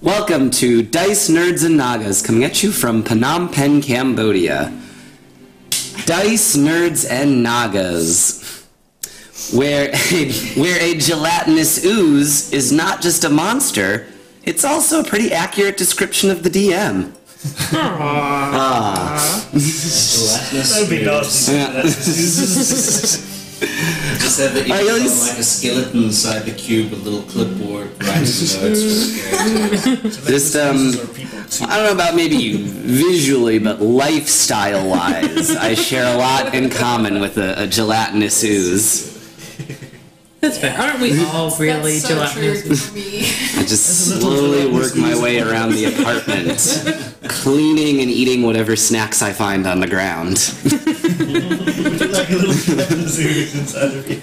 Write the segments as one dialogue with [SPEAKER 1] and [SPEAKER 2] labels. [SPEAKER 1] Welcome to Dice Nerds and Nagas, coming at you from Phnom Penh, Cambodia. Dice Nerds and Nagas, where a, where a gelatinous ooze is not just a monster, it's also a pretty accurate description of the DM.
[SPEAKER 2] Gelatinous.
[SPEAKER 3] That would be
[SPEAKER 2] food.
[SPEAKER 3] nasty.
[SPEAKER 2] Just have it
[SPEAKER 1] I
[SPEAKER 2] eaten
[SPEAKER 1] always-
[SPEAKER 2] on, like a skeleton inside the cube, a little clipboard, writing notes.
[SPEAKER 1] Just um, I don't know about maybe you visually, but lifestyle-wise, I share a lot in common with a, a gelatinous ooze.
[SPEAKER 4] That's fair. Aren't we all really
[SPEAKER 5] That's so
[SPEAKER 4] gelatinous?
[SPEAKER 5] true for me.
[SPEAKER 1] I just slowly work my way around the apartment, cleaning and eating whatever snacks I find on the ground.
[SPEAKER 3] like a little gelatinous ooze inside of you.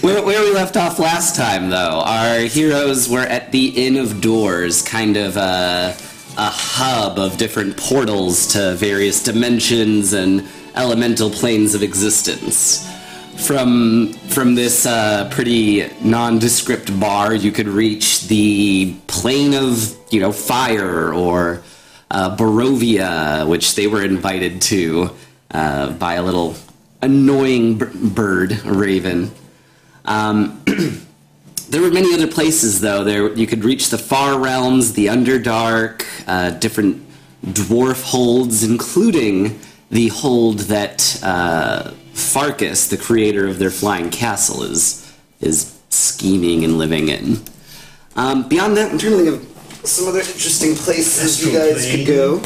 [SPEAKER 1] Where, where we left off last time, though, our heroes were at the Inn of Doors, kind of a, a hub of different portals to various dimensions and elemental planes of existence. From from this uh, pretty nondescript bar, you could reach the plane of you know fire or uh, Barovia, which they were invited to uh, by a little annoying b- bird, a raven. There were many other places, though. There you could reach the far realms, the Underdark, uh, different dwarf holds, including the hold that uh, Farkas, the creator of their flying castle, is is scheming and living in. Um, beyond that, I'm trying to think of some other interesting places you
[SPEAKER 3] Astral
[SPEAKER 1] guys
[SPEAKER 3] plane.
[SPEAKER 1] could go.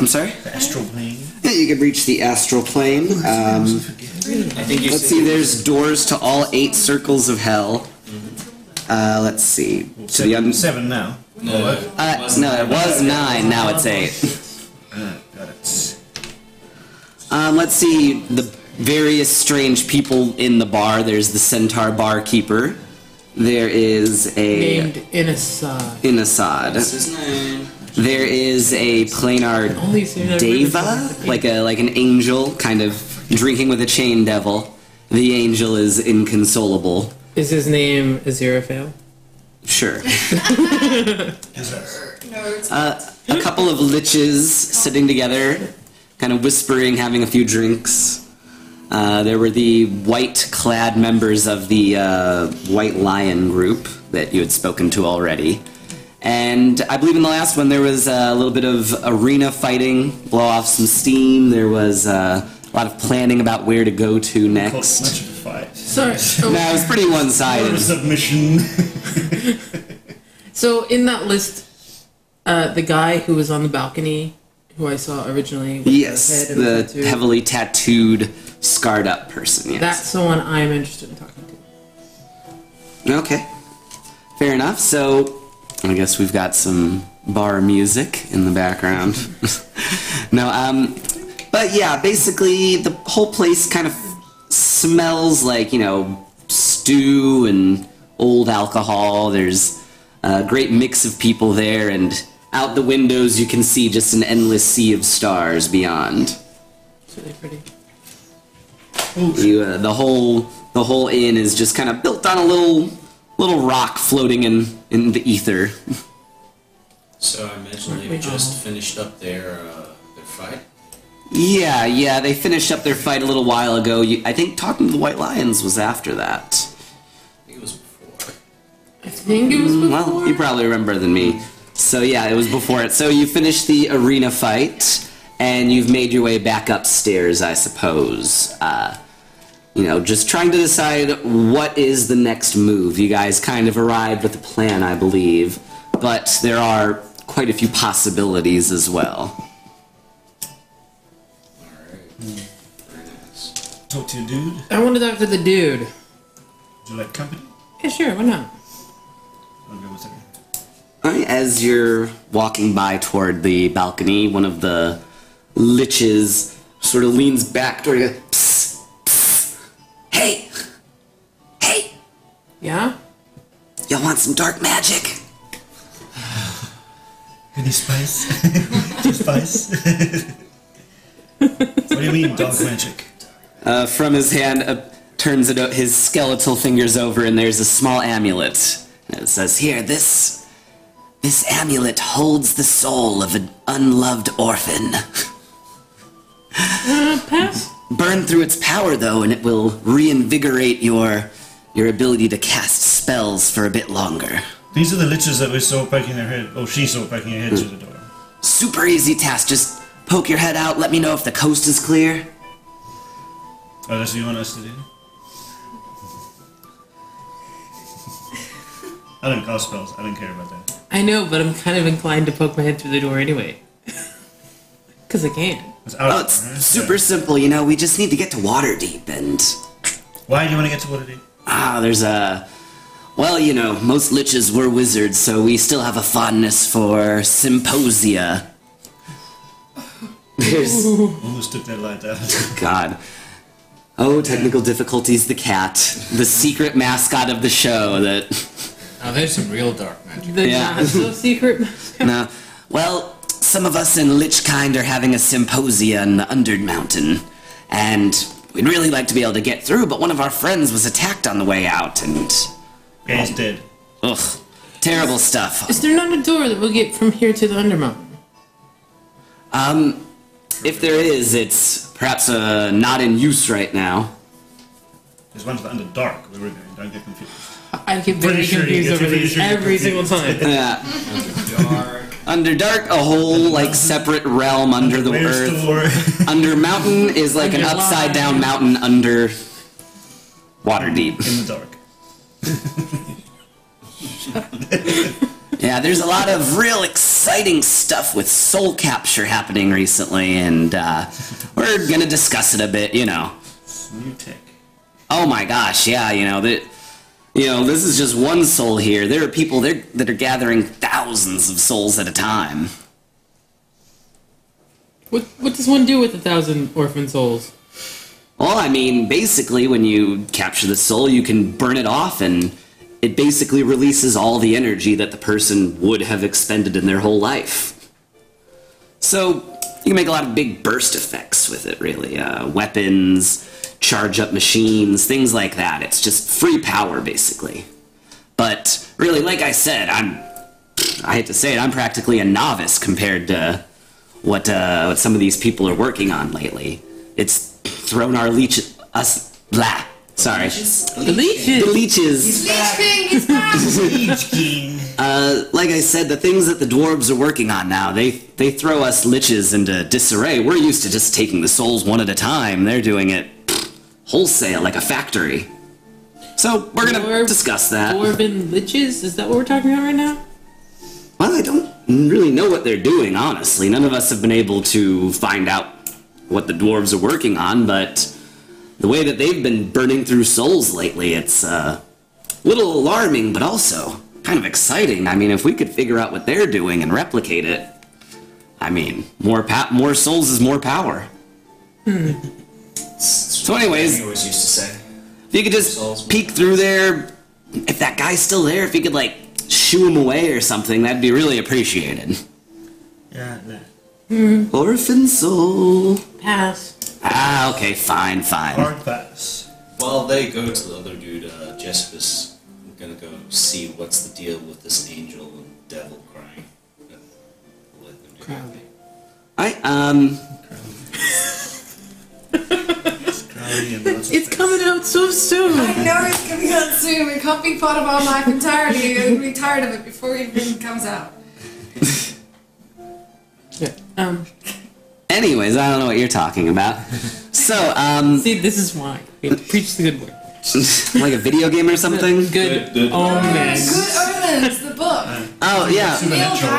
[SPEAKER 1] I'm sorry.
[SPEAKER 3] Astral plane.
[SPEAKER 1] Yeah, You could reach the astral plane. Um,
[SPEAKER 2] I think you
[SPEAKER 1] Let's
[SPEAKER 2] said
[SPEAKER 1] see, there's doors to all eight circles of hell. Uh, let's see. To the
[SPEAKER 3] Seven,
[SPEAKER 1] un-
[SPEAKER 3] seven now.
[SPEAKER 2] No,
[SPEAKER 1] uh, no, it was nine, now it's eight.
[SPEAKER 3] Uh, got it.
[SPEAKER 1] Um, let's see the various strange people in the bar. There's the centaur barkeeper. There is a
[SPEAKER 4] Named Innocent.
[SPEAKER 1] Inasad.
[SPEAKER 2] This is nine.
[SPEAKER 1] There is a planar
[SPEAKER 4] Only seen that
[SPEAKER 1] Deva,
[SPEAKER 4] ribbon.
[SPEAKER 1] like a like an angel, kind of drinking with a chain devil. The angel is inconsolable.
[SPEAKER 4] Is his name Aziraphale?
[SPEAKER 1] Sure.
[SPEAKER 5] No, it's
[SPEAKER 1] a couple of liches sitting together, kind of whispering, having a few drinks. Uh, there were the white clad members of the uh, White Lion group that you had spoken to already. And I believe in the last one there was a little bit of arena fighting, blow off some steam. There was uh, a lot of planning about where to go to
[SPEAKER 3] Cost
[SPEAKER 1] next.
[SPEAKER 3] much of a fight.
[SPEAKER 4] Sorry.
[SPEAKER 1] No, it was pretty one
[SPEAKER 3] Or a
[SPEAKER 1] sided.
[SPEAKER 3] submission.
[SPEAKER 4] So in that list, uh, the guy who was on the balcony, who I saw originally, with
[SPEAKER 1] Yes,
[SPEAKER 4] the, head and
[SPEAKER 1] the
[SPEAKER 4] tattoo,
[SPEAKER 1] heavily tattooed, scarred up person. Yes.
[SPEAKER 4] that's someone I'm interested in talking to.
[SPEAKER 1] Okay. Fair enough. So, I guess we've got some bar music in the background. no, um, but yeah, basically the whole place kind of smells like, you know, stew and old alcohol. There's a great mix of people there, and out the windows you can see just an endless sea of stars beyond.
[SPEAKER 4] It's really pretty.
[SPEAKER 1] You, uh, the whole the whole inn is just kind of built on a little little rock floating in in the ether.
[SPEAKER 2] So I imagine
[SPEAKER 4] Wait,
[SPEAKER 2] they've just finished up their uh, their fight.
[SPEAKER 1] Yeah, yeah, they finished up their fight a little while ago. You, I think talking to the White Lions was after that.
[SPEAKER 2] I think it was before.
[SPEAKER 4] I think it was before.
[SPEAKER 1] Well, you probably remember than me. So yeah, it was before it. So you finished the arena fight, and you've made your way back upstairs, I suppose. Uh, you know, just trying to decide what is the next move. You guys kind of arrived with a plan, I believe, but there are quite a few possibilities as well.
[SPEAKER 2] All right. Very nice.
[SPEAKER 3] Talk to a dude.
[SPEAKER 4] I want to talk to the dude.
[SPEAKER 3] Do you like company?
[SPEAKER 4] Yeah, sure. Why not?
[SPEAKER 3] I'll go with him.
[SPEAKER 1] Alright, as you're walking by toward the balcony, one of the liches sort of leans back toward you. Psst, psst. Hey! Hey!
[SPEAKER 4] Yeah.
[SPEAKER 1] Y'all want some dark magic?
[SPEAKER 3] Any spice? Any spice? what do you mean, dark magic?
[SPEAKER 1] Uh, from his hand, a turns it o- his skeletal fingers over, and there's a small amulet. And it says, "Here, this this amulet holds the soul of an unloved orphan.
[SPEAKER 4] Pass.
[SPEAKER 1] Burn through its power, though, and it will reinvigorate your your ability to cast spells for a bit longer."
[SPEAKER 3] These are the liches that we saw poking their head, or she saw poking her head through the door.
[SPEAKER 1] Super easy task. Just poke your head out. Let me know if the coast is clear.
[SPEAKER 3] Oh, that's what you want us to do? I don't cast spells. I don't care about that.
[SPEAKER 4] I know, but I'm kind of inclined to poke my head through the door anyway. Because I can.
[SPEAKER 3] It's out.
[SPEAKER 1] Oh, it's
[SPEAKER 3] right?
[SPEAKER 1] super simple. You know, we just need to get to Waterdeep, and
[SPEAKER 3] Yeah. Why do you want to get to what it is?
[SPEAKER 1] ah, there's a. Well, you know, most liches were wizards, so we still have a fondness for symposia. There's
[SPEAKER 3] Almost took that light out.
[SPEAKER 1] God. Oh, technical difficulties. The cat, the secret mascot of the show. That
[SPEAKER 5] Now there's Oh, some real dark magic.
[SPEAKER 4] The
[SPEAKER 1] Yeah.
[SPEAKER 4] not so secret.
[SPEAKER 1] no. Well, some of us in Lichkind are having a symposia in the Underd Mountain, and we'd really like to be able to get through, but one of our friends was attacked on the way out, and.
[SPEAKER 3] Yeah, he's dead.
[SPEAKER 1] Ugh, terrible stuff.
[SPEAKER 4] Is there not a door that we'll get from here to the Undermountain?
[SPEAKER 1] If there is, it's perhaps uh, not in use right now.
[SPEAKER 3] There's one to the under dark where we're going. Don't get confused.
[SPEAKER 4] I get very
[SPEAKER 3] Pretty sure you
[SPEAKER 4] confused
[SPEAKER 3] get-
[SPEAKER 4] over
[SPEAKER 3] pretty
[SPEAKER 4] these
[SPEAKER 3] sure you get
[SPEAKER 4] every single
[SPEAKER 3] confused.
[SPEAKER 4] time.
[SPEAKER 1] Yeah,
[SPEAKER 2] Dark.
[SPEAKER 1] Underdark, Uh, a whole like separate realm under the
[SPEAKER 3] Where's
[SPEAKER 1] earth.
[SPEAKER 3] the war?
[SPEAKER 1] Under mountain is like an
[SPEAKER 4] Underline.
[SPEAKER 1] upside down mountain under water deep.
[SPEAKER 3] In the dark.
[SPEAKER 1] Yeah, there's a lot of real exciting stuff with soul capture happening recently, and uh, we're gonna discuss it a bit. You know.
[SPEAKER 3] It's new tech.
[SPEAKER 1] oh my gosh, yeah, you know that, you know this is just one soul here. There are people there that are gathering thousands of souls at a time.
[SPEAKER 4] What, what does one do with a thousand orphan souls?
[SPEAKER 1] Well, I mean, basically, when you capture the soul, you can burn it off, and it basically releases all the energy that the person would have expended in their whole life. So, you can make a lot of big burst effects with it, really. Uh, weapons, charge up machines, things like that. It's just free power, basically. But, really, like I said, I'm. I hate to say it, I'm practically a novice compared to what, uh, what some of these people are working on lately. It's thrown our leech us blah. Sorry,
[SPEAKER 4] The
[SPEAKER 1] the
[SPEAKER 4] leeches!
[SPEAKER 1] leeches.
[SPEAKER 6] Leech King is back!
[SPEAKER 3] Siege King.
[SPEAKER 1] Uh, like I said, the things that the dwarves are working on now, they they throw us liches into disarray. We're used to just taking the souls one at a time. They're doing it wholesale, like a factory. So we're gonna
[SPEAKER 4] Dwarf-
[SPEAKER 1] discuss that.
[SPEAKER 4] Dwarven liches? Is that what we're talking about right now?
[SPEAKER 1] Well, I don't really know what they're doing, honestly. None of us have been able to find out what the dwarves are working on, but the way that they've been burning through souls lately, it's uh, a little alarming, but also kind of exciting. I mean, if we could figure out what they're doing and replicate it, I mean, more pa- more souls is more power. So, anyways,
[SPEAKER 2] He always used to say.
[SPEAKER 1] if you could just peek through there, if that guy's still there, if you could like shoo him away or something, that'd be really appreciated.
[SPEAKER 3] Yeah, no.
[SPEAKER 1] Orphan soul.
[SPEAKER 4] Pass.
[SPEAKER 1] Ah, okay, fine, fine.
[SPEAKER 3] Hard pass.
[SPEAKER 2] While they go to the other dude, uh, Jespis, I'm gonna go see what's the deal with this angel and devil crying. Uh, Let them do that.
[SPEAKER 1] I um,
[SPEAKER 3] Crowley and lots of things.
[SPEAKER 4] It's coming out so soon!
[SPEAKER 6] I know it's coming out soon. It can't be part of our life entirely. I'm be tired of it before it even comes out.
[SPEAKER 4] Yeah. Um,
[SPEAKER 1] anyways, I don't know what you're talking about. So, um,
[SPEAKER 4] see, this is why. We have to preach the good word.
[SPEAKER 1] like a video game or something?
[SPEAKER 2] Good-
[SPEAKER 4] Good,
[SPEAKER 2] good.
[SPEAKER 4] omens.
[SPEAKER 6] Good Omens, the book.
[SPEAKER 1] Oh yeah,
[SPEAKER 6] Neil
[SPEAKER 3] Supernatural.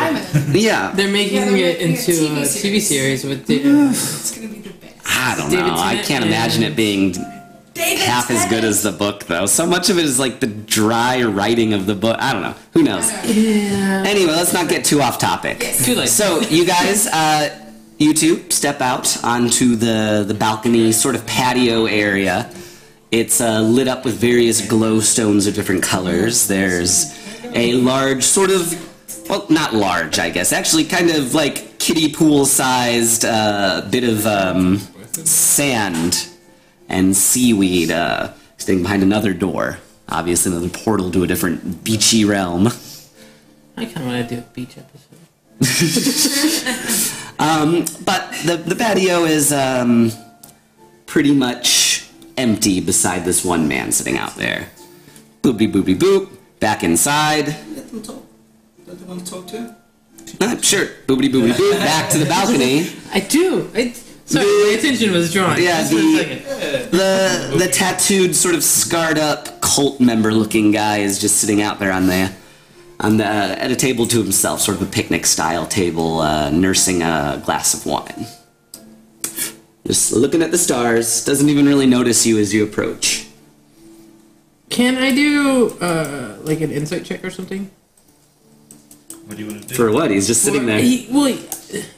[SPEAKER 6] Gaiman.
[SPEAKER 1] yeah.
[SPEAKER 4] They're making
[SPEAKER 6] Yeah, they're
[SPEAKER 4] it
[SPEAKER 6] making a
[SPEAKER 4] into
[SPEAKER 6] TV
[SPEAKER 4] a TV
[SPEAKER 6] series.
[SPEAKER 4] series with the.
[SPEAKER 6] It's gonna be the best.
[SPEAKER 1] I don't
[SPEAKER 4] David
[SPEAKER 1] know. I
[SPEAKER 4] Tennant
[SPEAKER 1] can't imagine it being
[SPEAKER 6] David
[SPEAKER 1] half as good as the book, though. So much of it is like the dry writing of the book. I don't know. Who knows?
[SPEAKER 4] Yeah.
[SPEAKER 1] Anyway, let's not get too off topic.
[SPEAKER 6] Yes.
[SPEAKER 4] Too late.
[SPEAKER 1] So you guys, uh, you two step out onto the the balcony sort of patio area. It's uh, lit up with various glowstones of different colors. There's a large sort of well, not large, I guess. Actually, kind of like kiddie pool sized uh, bit of um, sand and seaweed uh, Staying behind another door. Obviously, another portal to a different beachy realm.
[SPEAKER 4] I kind of want to do a beach episode.
[SPEAKER 1] But the, the patio is um, pretty much empty beside this one man sitting out there. Boopy boopy boop. Back inside.
[SPEAKER 2] Let them talk. Let them want to talk to.
[SPEAKER 1] Ah, sure. Boopity boopity boop. Back to the balcony.
[SPEAKER 4] I do. I, sorry,
[SPEAKER 1] The-
[SPEAKER 4] my attention was drawn.
[SPEAKER 1] Yeah,
[SPEAKER 4] Just for a
[SPEAKER 1] the-
[SPEAKER 4] second.
[SPEAKER 1] The the tattooed, sort of scarred up cult member looking guy is just sitting out there on the on the uh, at a table to himself, sort of a picnic style table, uh, nursing a glass of wine. Just looking at the stars. Doesn't even really notice you as you approach.
[SPEAKER 4] Can I do uh, like an insight check or something?
[SPEAKER 3] What do you want to do?
[SPEAKER 1] For what? He's just sitting
[SPEAKER 4] Or-
[SPEAKER 1] there.
[SPEAKER 4] He, well, he-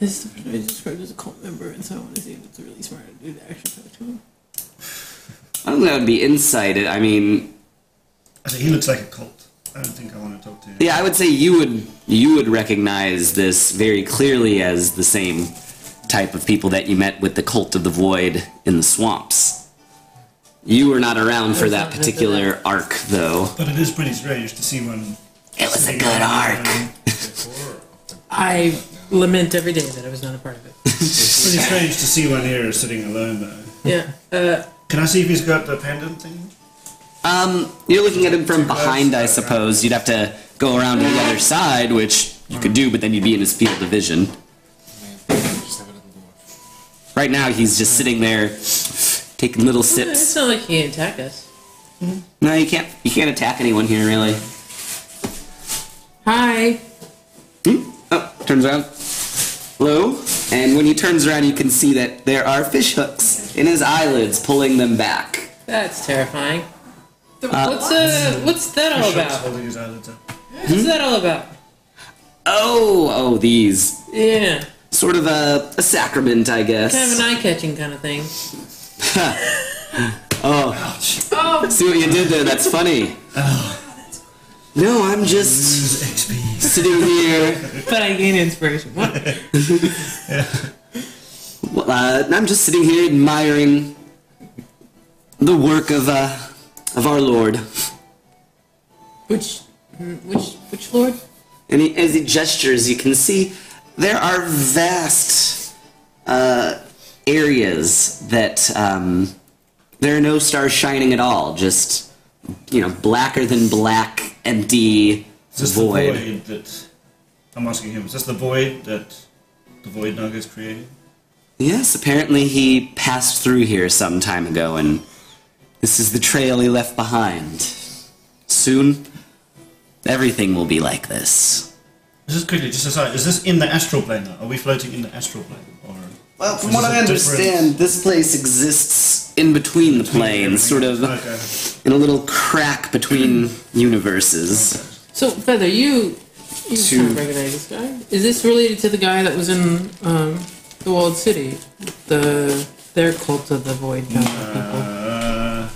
[SPEAKER 4] this is the person I described as a cult member, and so I want to see if it's really smart to do the action check to him.
[SPEAKER 1] I don't know. It'd be insight. I mean,
[SPEAKER 3] I think he looks like a cult. I don't think I want to talk to him.
[SPEAKER 1] yeah. I would say you would you would recognize this very clearly as the same type of people that you met with the cult of the void in the swamps. You were not around for that particular arc, though.
[SPEAKER 3] But it is pretty strange to see one.
[SPEAKER 1] It was a good arc.
[SPEAKER 4] I lament every day that I was not a part of it.
[SPEAKER 3] It's pretty strange to see one here sitting alone though.
[SPEAKER 4] yeah. Uh,
[SPEAKER 3] Can I see if he's got the pendant thing?
[SPEAKER 1] You're looking at him from behind, I suppose. You'd have to go around to the other side, which you could do, but then you'd be in his field of vision.
[SPEAKER 5] Just have it on the board.
[SPEAKER 1] Right now, he's just sitting there, taking little
[SPEAKER 4] it's
[SPEAKER 1] sips.
[SPEAKER 4] not like he can attack us.
[SPEAKER 1] No, you can't. You can't attack anyone here, really.
[SPEAKER 4] Hi.
[SPEAKER 1] Oh, turns around. Hello? And when he turns around, you can see that there are fish hooks in his eyelids pulling them back.
[SPEAKER 4] That's terrifying.
[SPEAKER 6] The,
[SPEAKER 4] What's uh, what's that all
[SPEAKER 3] Shots
[SPEAKER 4] about?
[SPEAKER 3] holding his eyelids up.
[SPEAKER 4] What's that all about?
[SPEAKER 1] Oh, oh, these.
[SPEAKER 4] Yeah,
[SPEAKER 1] Sort of a, a sacrament, I guess.
[SPEAKER 4] kind of an eye-catching kind of thing.
[SPEAKER 6] Oh,
[SPEAKER 1] See what you did there? That's funny. No, I'm just
[SPEAKER 3] Lose XP.
[SPEAKER 1] sitting here.
[SPEAKER 4] But I gain inspiration. What?
[SPEAKER 1] Uh, I'm just sitting here admiring the work of uh, of our Lord.
[SPEAKER 4] Which, hmm, which, which lord?
[SPEAKER 1] And he, as he gestures, you can see there are vast uh, areas that um, there are no stars shining at all. Just you know, blacker than black, empty
[SPEAKER 3] Is this
[SPEAKER 1] void.
[SPEAKER 3] the void that I'm asking him? Is this the void that the void nuggets created?
[SPEAKER 1] Yes, apparently he passed through here some time ago, and this is the trail he left behind. Soon, everything will be like this.
[SPEAKER 3] This is quickly just aside. Is this in the astral plane? Now? Are we floating in the astral plane, or
[SPEAKER 1] Well, from
[SPEAKER 3] Is
[SPEAKER 1] what
[SPEAKER 3] this
[SPEAKER 1] I
[SPEAKER 3] a different-
[SPEAKER 1] understand, this place exists in between the planes, sort of
[SPEAKER 3] Okay.
[SPEAKER 1] in a little crack between universes.
[SPEAKER 4] So feather, you, you
[SPEAKER 1] To-
[SPEAKER 4] kind of recognize this guy. Is this related to the guy that was in um, the walled city? The their cult of the void kind of people.
[SPEAKER 3] Uh,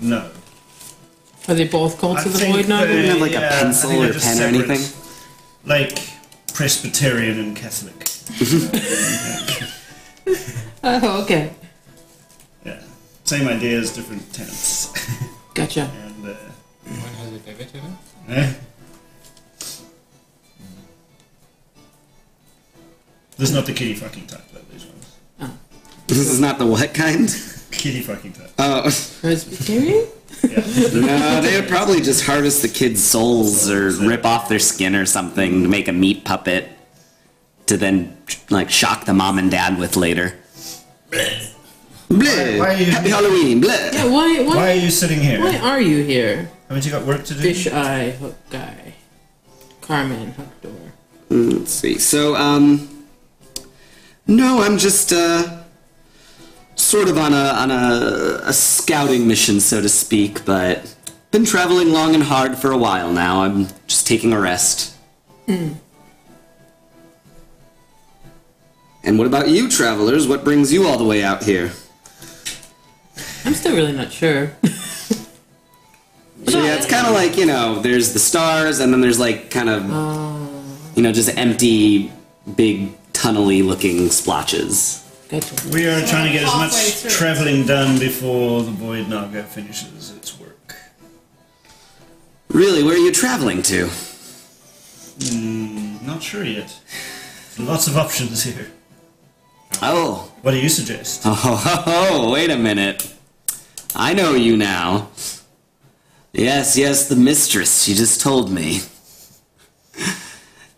[SPEAKER 3] no.
[SPEAKER 4] Are they both cults
[SPEAKER 3] I
[SPEAKER 4] of the
[SPEAKER 3] think
[SPEAKER 4] void now?
[SPEAKER 3] they-
[SPEAKER 1] have, like, a
[SPEAKER 3] yeah, I
[SPEAKER 1] pencil
[SPEAKER 3] think
[SPEAKER 1] or
[SPEAKER 3] they're just
[SPEAKER 1] pen or
[SPEAKER 3] separate.
[SPEAKER 1] anything?
[SPEAKER 3] Like Presbyterian and Catholic.
[SPEAKER 4] Oh, okay.
[SPEAKER 3] Yeah. Same ideas, different tenets.
[SPEAKER 4] Gotcha.
[SPEAKER 3] and uh,
[SPEAKER 5] One has a pivot in it.
[SPEAKER 3] eh? This is not the kitty fucking type, though. These ones.
[SPEAKER 1] This is not the what kind?
[SPEAKER 3] Kitty fucking type.
[SPEAKER 1] Oh,
[SPEAKER 4] Presbyterian?
[SPEAKER 3] Yeah.
[SPEAKER 1] no, Uh, they would probably just harvest the kids' souls or rip off their skin or something to make a meat puppet to then, like, shock the mom and dad with later. Bleh!
[SPEAKER 3] why are you-
[SPEAKER 1] Happy Halloween! Bleh!
[SPEAKER 4] Yeah. Why? Why?
[SPEAKER 3] Why
[SPEAKER 4] Why,
[SPEAKER 3] are you sitting here?
[SPEAKER 4] are you here?
[SPEAKER 3] Haven't you got work to do?
[SPEAKER 4] Fish eye hook guy, Carmen hook door.
[SPEAKER 1] Let's see. So, um, no, I'm just uh, sort of on a on a, a scouting mission, so to speak. But been traveling long and hard for a while now. I'm just taking a rest. And what about you, travelers? What brings you all the way out here?
[SPEAKER 4] I'm still really not sure.
[SPEAKER 1] So yeah, it's kind of like you know, there's the stars, and then there's like kind of you know just empty, big tunnely looking splotches.
[SPEAKER 4] schedule.
[SPEAKER 3] We are trying to get as
[SPEAKER 6] Halfway
[SPEAKER 3] much
[SPEAKER 6] through.
[SPEAKER 3] traveling done before the void naga finishes its work.
[SPEAKER 1] Really, where are you traveling to?
[SPEAKER 3] Not sure yet. Lots of options here.
[SPEAKER 1] Oh,
[SPEAKER 3] What do you suggest?
[SPEAKER 1] Oh, ho, ho, wait a minute. I know you now. Yes, yes, the mistress. She just told me.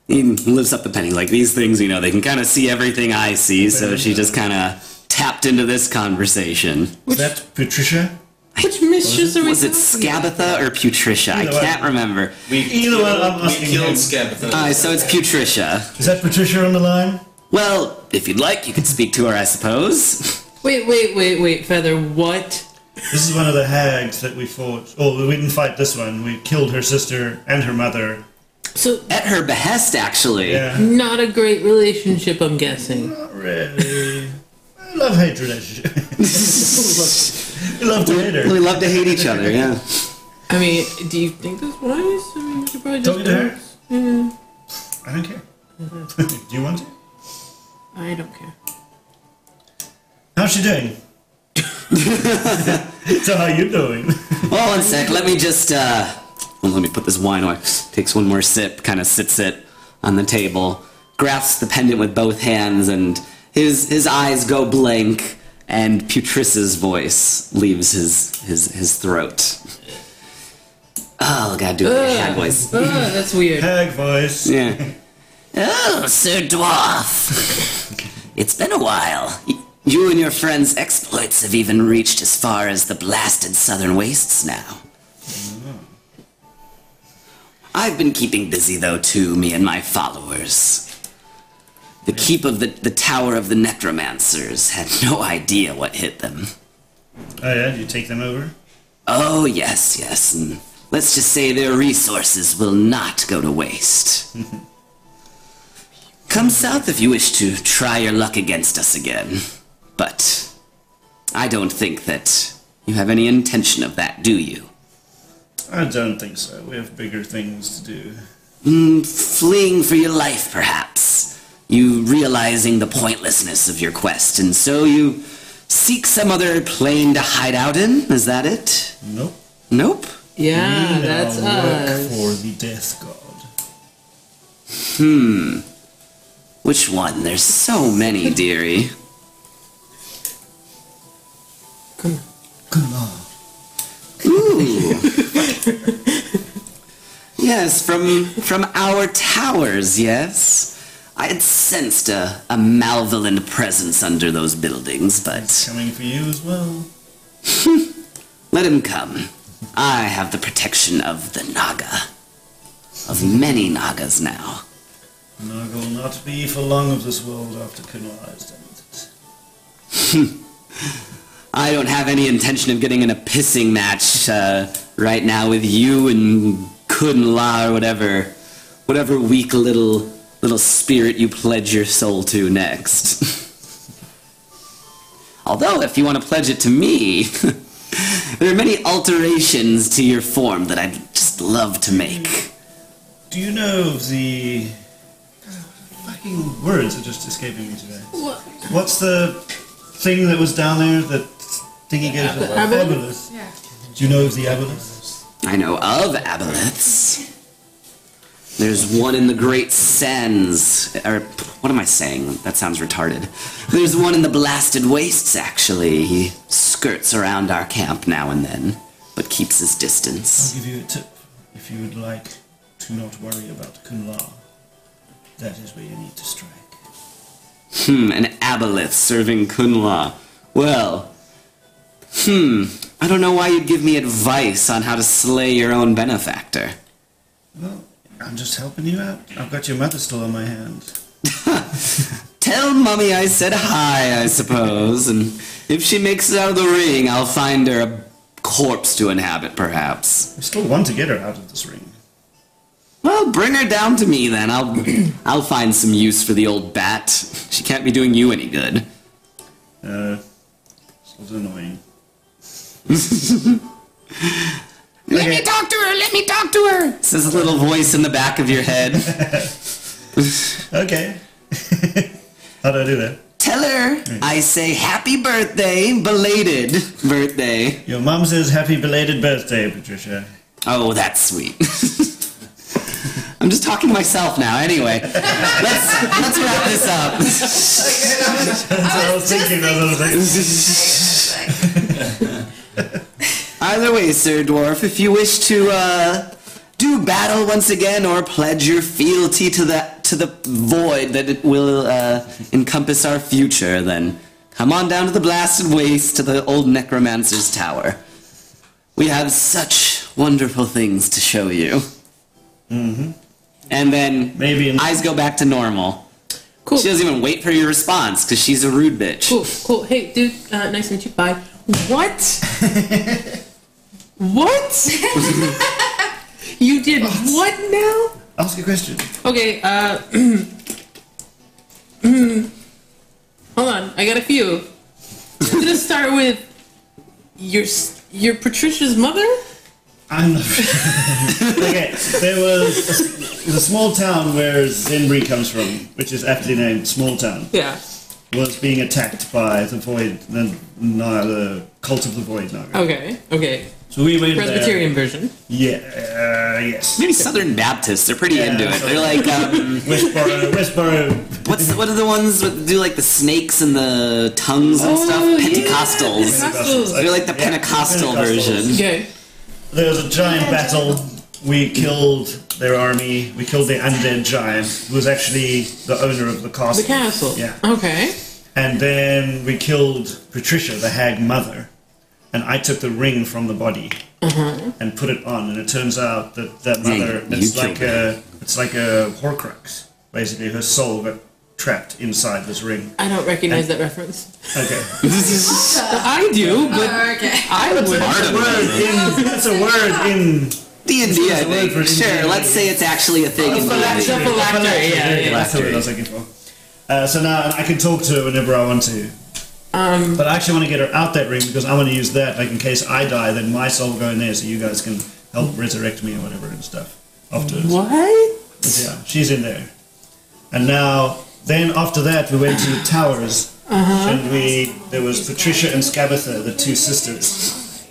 [SPEAKER 1] He lifts up the penny. Like, these things, you know, they can kind of see everything I see, so she just kind of tapped into this conversation.
[SPEAKER 3] Is that Patricia?
[SPEAKER 4] Which mistress are we
[SPEAKER 1] Was it
[SPEAKER 4] talking about?
[SPEAKER 1] Scabatha or Putricia? I
[SPEAKER 3] Either way.
[SPEAKER 1] can't remember.
[SPEAKER 2] We
[SPEAKER 3] Either one, I'm
[SPEAKER 2] we
[SPEAKER 3] asking
[SPEAKER 2] killed
[SPEAKER 3] him.
[SPEAKER 2] Scabatha.
[SPEAKER 1] Uh, so it's Putricia.
[SPEAKER 3] Is that Patricia on the line?
[SPEAKER 1] Well, if you'd like, you could speak to her, I suppose.
[SPEAKER 4] Wait, wait, wait, wait, Feather. What?
[SPEAKER 3] This is one of the hags that we fought. Oh, we didn't fight this one. We killed her sister and her mother.
[SPEAKER 4] So,
[SPEAKER 1] At her behest, actually.
[SPEAKER 3] Yeah.
[SPEAKER 4] not a great relationship, I'm guessing.
[SPEAKER 3] Not really. I love hate relationship. we love to hate
[SPEAKER 1] We
[SPEAKER 3] her.
[SPEAKER 1] love to hate each other, yeah.
[SPEAKER 4] I mean, do you think that's wise? I mean, you should probably just.
[SPEAKER 3] Talking to her? I don't care. do you want to?
[SPEAKER 4] I don't care.
[SPEAKER 3] How's she doing? so how you doing?
[SPEAKER 1] Well, one sec. Let me just, uh, well, let me put this wine away. Takes one more sip, kind of sits it on the table, grasps the pendant with both hands, and his his eyes go blank, and Putris's voice leaves his his his throat. Oh, gotta do it with a hag voice.
[SPEAKER 4] Ah, that's weird.
[SPEAKER 3] Hag voice.
[SPEAKER 1] Yeah. Oh, Sir Dwarf. It's been a while. Y- You and your friend's exploits have even reached as far as the blasted southern wastes now. I've been keeping busy, though, too, me and my followers. The keep of the, the Tower of the Necromancers had no idea what hit them.
[SPEAKER 3] Oh yeah, you take them over.
[SPEAKER 1] Oh, yes, yes. And let's just say their resources will not go to waste. Come south if you wish to try your luck against us again. But I don't think that you have any intention of that, do you?
[SPEAKER 3] I don't think so. We have bigger things to do.
[SPEAKER 1] Hmm, Fleeing for your life, perhaps. You realizing the pointlessness of your quest, and so you seek some other plane to hide out in? Is that it?
[SPEAKER 3] Nope.
[SPEAKER 1] Nope.
[SPEAKER 4] Yeah,
[SPEAKER 3] We now
[SPEAKER 4] that's
[SPEAKER 3] work
[SPEAKER 4] us.
[SPEAKER 3] for the death god.
[SPEAKER 1] Which one? There's so many, dearie.
[SPEAKER 4] Come on.
[SPEAKER 3] Good lord.
[SPEAKER 1] Ooh. yes, from from our towers, yes. I had sensed a, a malevolent presence under those buildings,
[SPEAKER 3] It's
[SPEAKER 1] but
[SPEAKER 3] coming for you as well.
[SPEAKER 1] let him come. I have the protection of the Naga. Of many Nagas now.
[SPEAKER 3] Naga will not be for long of this world after Kunal has done with
[SPEAKER 1] I don't have any intention of getting in a pissing match uh, right now with you and Kunla or whatever, whatever weak little little spirit you pledge your soul to next. Although, if you want to pledge it to me, there are many alterations to your form that I'd just love to make.
[SPEAKER 3] it. Do you know of the fucking words are just escaping me today?
[SPEAKER 4] What?
[SPEAKER 3] What's the thing that was down there? The thingy goes with the
[SPEAKER 4] Aboleth?
[SPEAKER 3] aboleth.
[SPEAKER 6] Yeah.
[SPEAKER 3] Do you know of the aboleth?
[SPEAKER 1] I know of aboleths. There's one in the Great Sands. Or, what am I saying? That sounds retarded. There's one in the Blasted Wastes, actually. He skirts around our camp now and then, but keeps his distance.
[SPEAKER 3] I'll give you a tip. If you would like to not worry about Kunla, that is where you need to strike.
[SPEAKER 1] Hmm, an aboleth serving Kunla. Well, hmm, I don't know why you'd give me advice on how to slay your own benefactor.
[SPEAKER 3] Well, I'm just helping you out. I've got your mother still on my hand.
[SPEAKER 1] Tell Mummy I said hi, I suppose, and if she makes it out of the ring, I'll find her a corpse to inhabit, perhaps.
[SPEAKER 3] We still want to get her out of this ring.
[SPEAKER 1] Well, bring her down to me then. I'll I'll find some use for the old bat. She can't be doing you any good.
[SPEAKER 3] Uh, this was annoying.
[SPEAKER 1] Let me talk to her. Let me talk to her. Says a little voice in the back of your head.
[SPEAKER 3] Okay. How do I do that?
[SPEAKER 1] Tell her I say happy birthday, belated birthday.
[SPEAKER 3] Your mom says happy belated birthday, Patricia.
[SPEAKER 1] Oh, that's sweet. I'm just talking to myself now. Anyway, let's let's wrap this up.
[SPEAKER 3] I was thinking of those things.
[SPEAKER 1] Either way, Sir Dwarf, if you wish to uh, do battle once again or pledge your fealty to the to the void that it will uh, encompass our future, then come on down to the blasted waste to the old necromancer's tower. We have such wonderful things to show you. Mm-hmm. And then
[SPEAKER 3] Maybe in-
[SPEAKER 1] eyes go back to normal.
[SPEAKER 4] Cool.
[SPEAKER 1] She doesn't even wait for your response because she's a rude bitch.
[SPEAKER 4] Cool, cool. Hey, dude, uh, nice to meet you. Bye. What? what? you did what now?
[SPEAKER 3] Ask a question.
[SPEAKER 4] Okay, uh. hold on, I got a few. I'm gonna start with. Your, your Patricia's mother?
[SPEAKER 3] I'm not. okay, there was the small town where Zimbri comes from, which is aptly named Small Town,
[SPEAKER 4] Yeah.
[SPEAKER 3] was being attacked by the Void, the, no, the cult of the Void Naga.
[SPEAKER 4] Okay, okay.
[SPEAKER 3] So we went
[SPEAKER 4] Presbyterian version.
[SPEAKER 3] there. Yeah, uh, yes.
[SPEAKER 1] Maybe Southern Baptists are pretty
[SPEAKER 3] Yeah,
[SPEAKER 1] into it.
[SPEAKER 3] so-
[SPEAKER 1] They're like, um,
[SPEAKER 3] Westboro, Westboro.
[SPEAKER 1] What's what are the ones that do like the snakes and the tongues and stuff?
[SPEAKER 4] Oh, yeah,
[SPEAKER 1] Pentecostals.
[SPEAKER 4] Pentecostals. Pentecostals.
[SPEAKER 1] They're like the
[SPEAKER 3] Yeah,
[SPEAKER 1] Pentecostal version.
[SPEAKER 4] Okay.
[SPEAKER 3] There was a giant battle. We killed their army. We killed the undead giant, who was actually the owner of the castle.
[SPEAKER 4] The castle.
[SPEAKER 3] Yeah.
[SPEAKER 4] Okay.
[SPEAKER 3] And then we killed Patricia, the hag mother, and I took the ring from the body and put it on. And it turns out that that
[SPEAKER 1] Dang,
[SPEAKER 3] mother,
[SPEAKER 1] you
[SPEAKER 3] it's
[SPEAKER 1] killed
[SPEAKER 3] like
[SPEAKER 1] her.
[SPEAKER 3] a, it's like a Horcrux. Basically, her soul got trapped inside this ring.
[SPEAKER 4] I don't recognize that reference.
[SPEAKER 3] Okay,
[SPEAKER 4] I do, but
[SPEAKER 6] Oh, okay.
[SPEAKER 4] I would.
[SPEAKER 1] Part of
[SPEAKER 3] word
[SPEAKER 1] it.
[SPEAKER 3] in, that's a word in
[SPEAKER 1] D and D, I
[SPEAKER 3] a word
[SPEAKER 1] think.
[SPEAKER 3] for it.
[SPEAKER 1] Sure, let's say it's actually a thing in D and D.
[SPEAKER 4] Phylactery. Phylactery, yeah, yeah.
[SPEAKER 3] That's what I was looking for. Uh, so now and I can talk to her whenever I want to. Um, but I actually want to get her out that ring because I want to use that, like in case I die, then my soul will go in there, so you guys can help resurrect me or whatever and stuff. Afterwards,
[SPEAKER 4] What?
[SPEAKER 3] yeah, she's in there. And now, then after that, we went to the towers, and we there was Patricia and Scabatha, the two sisters.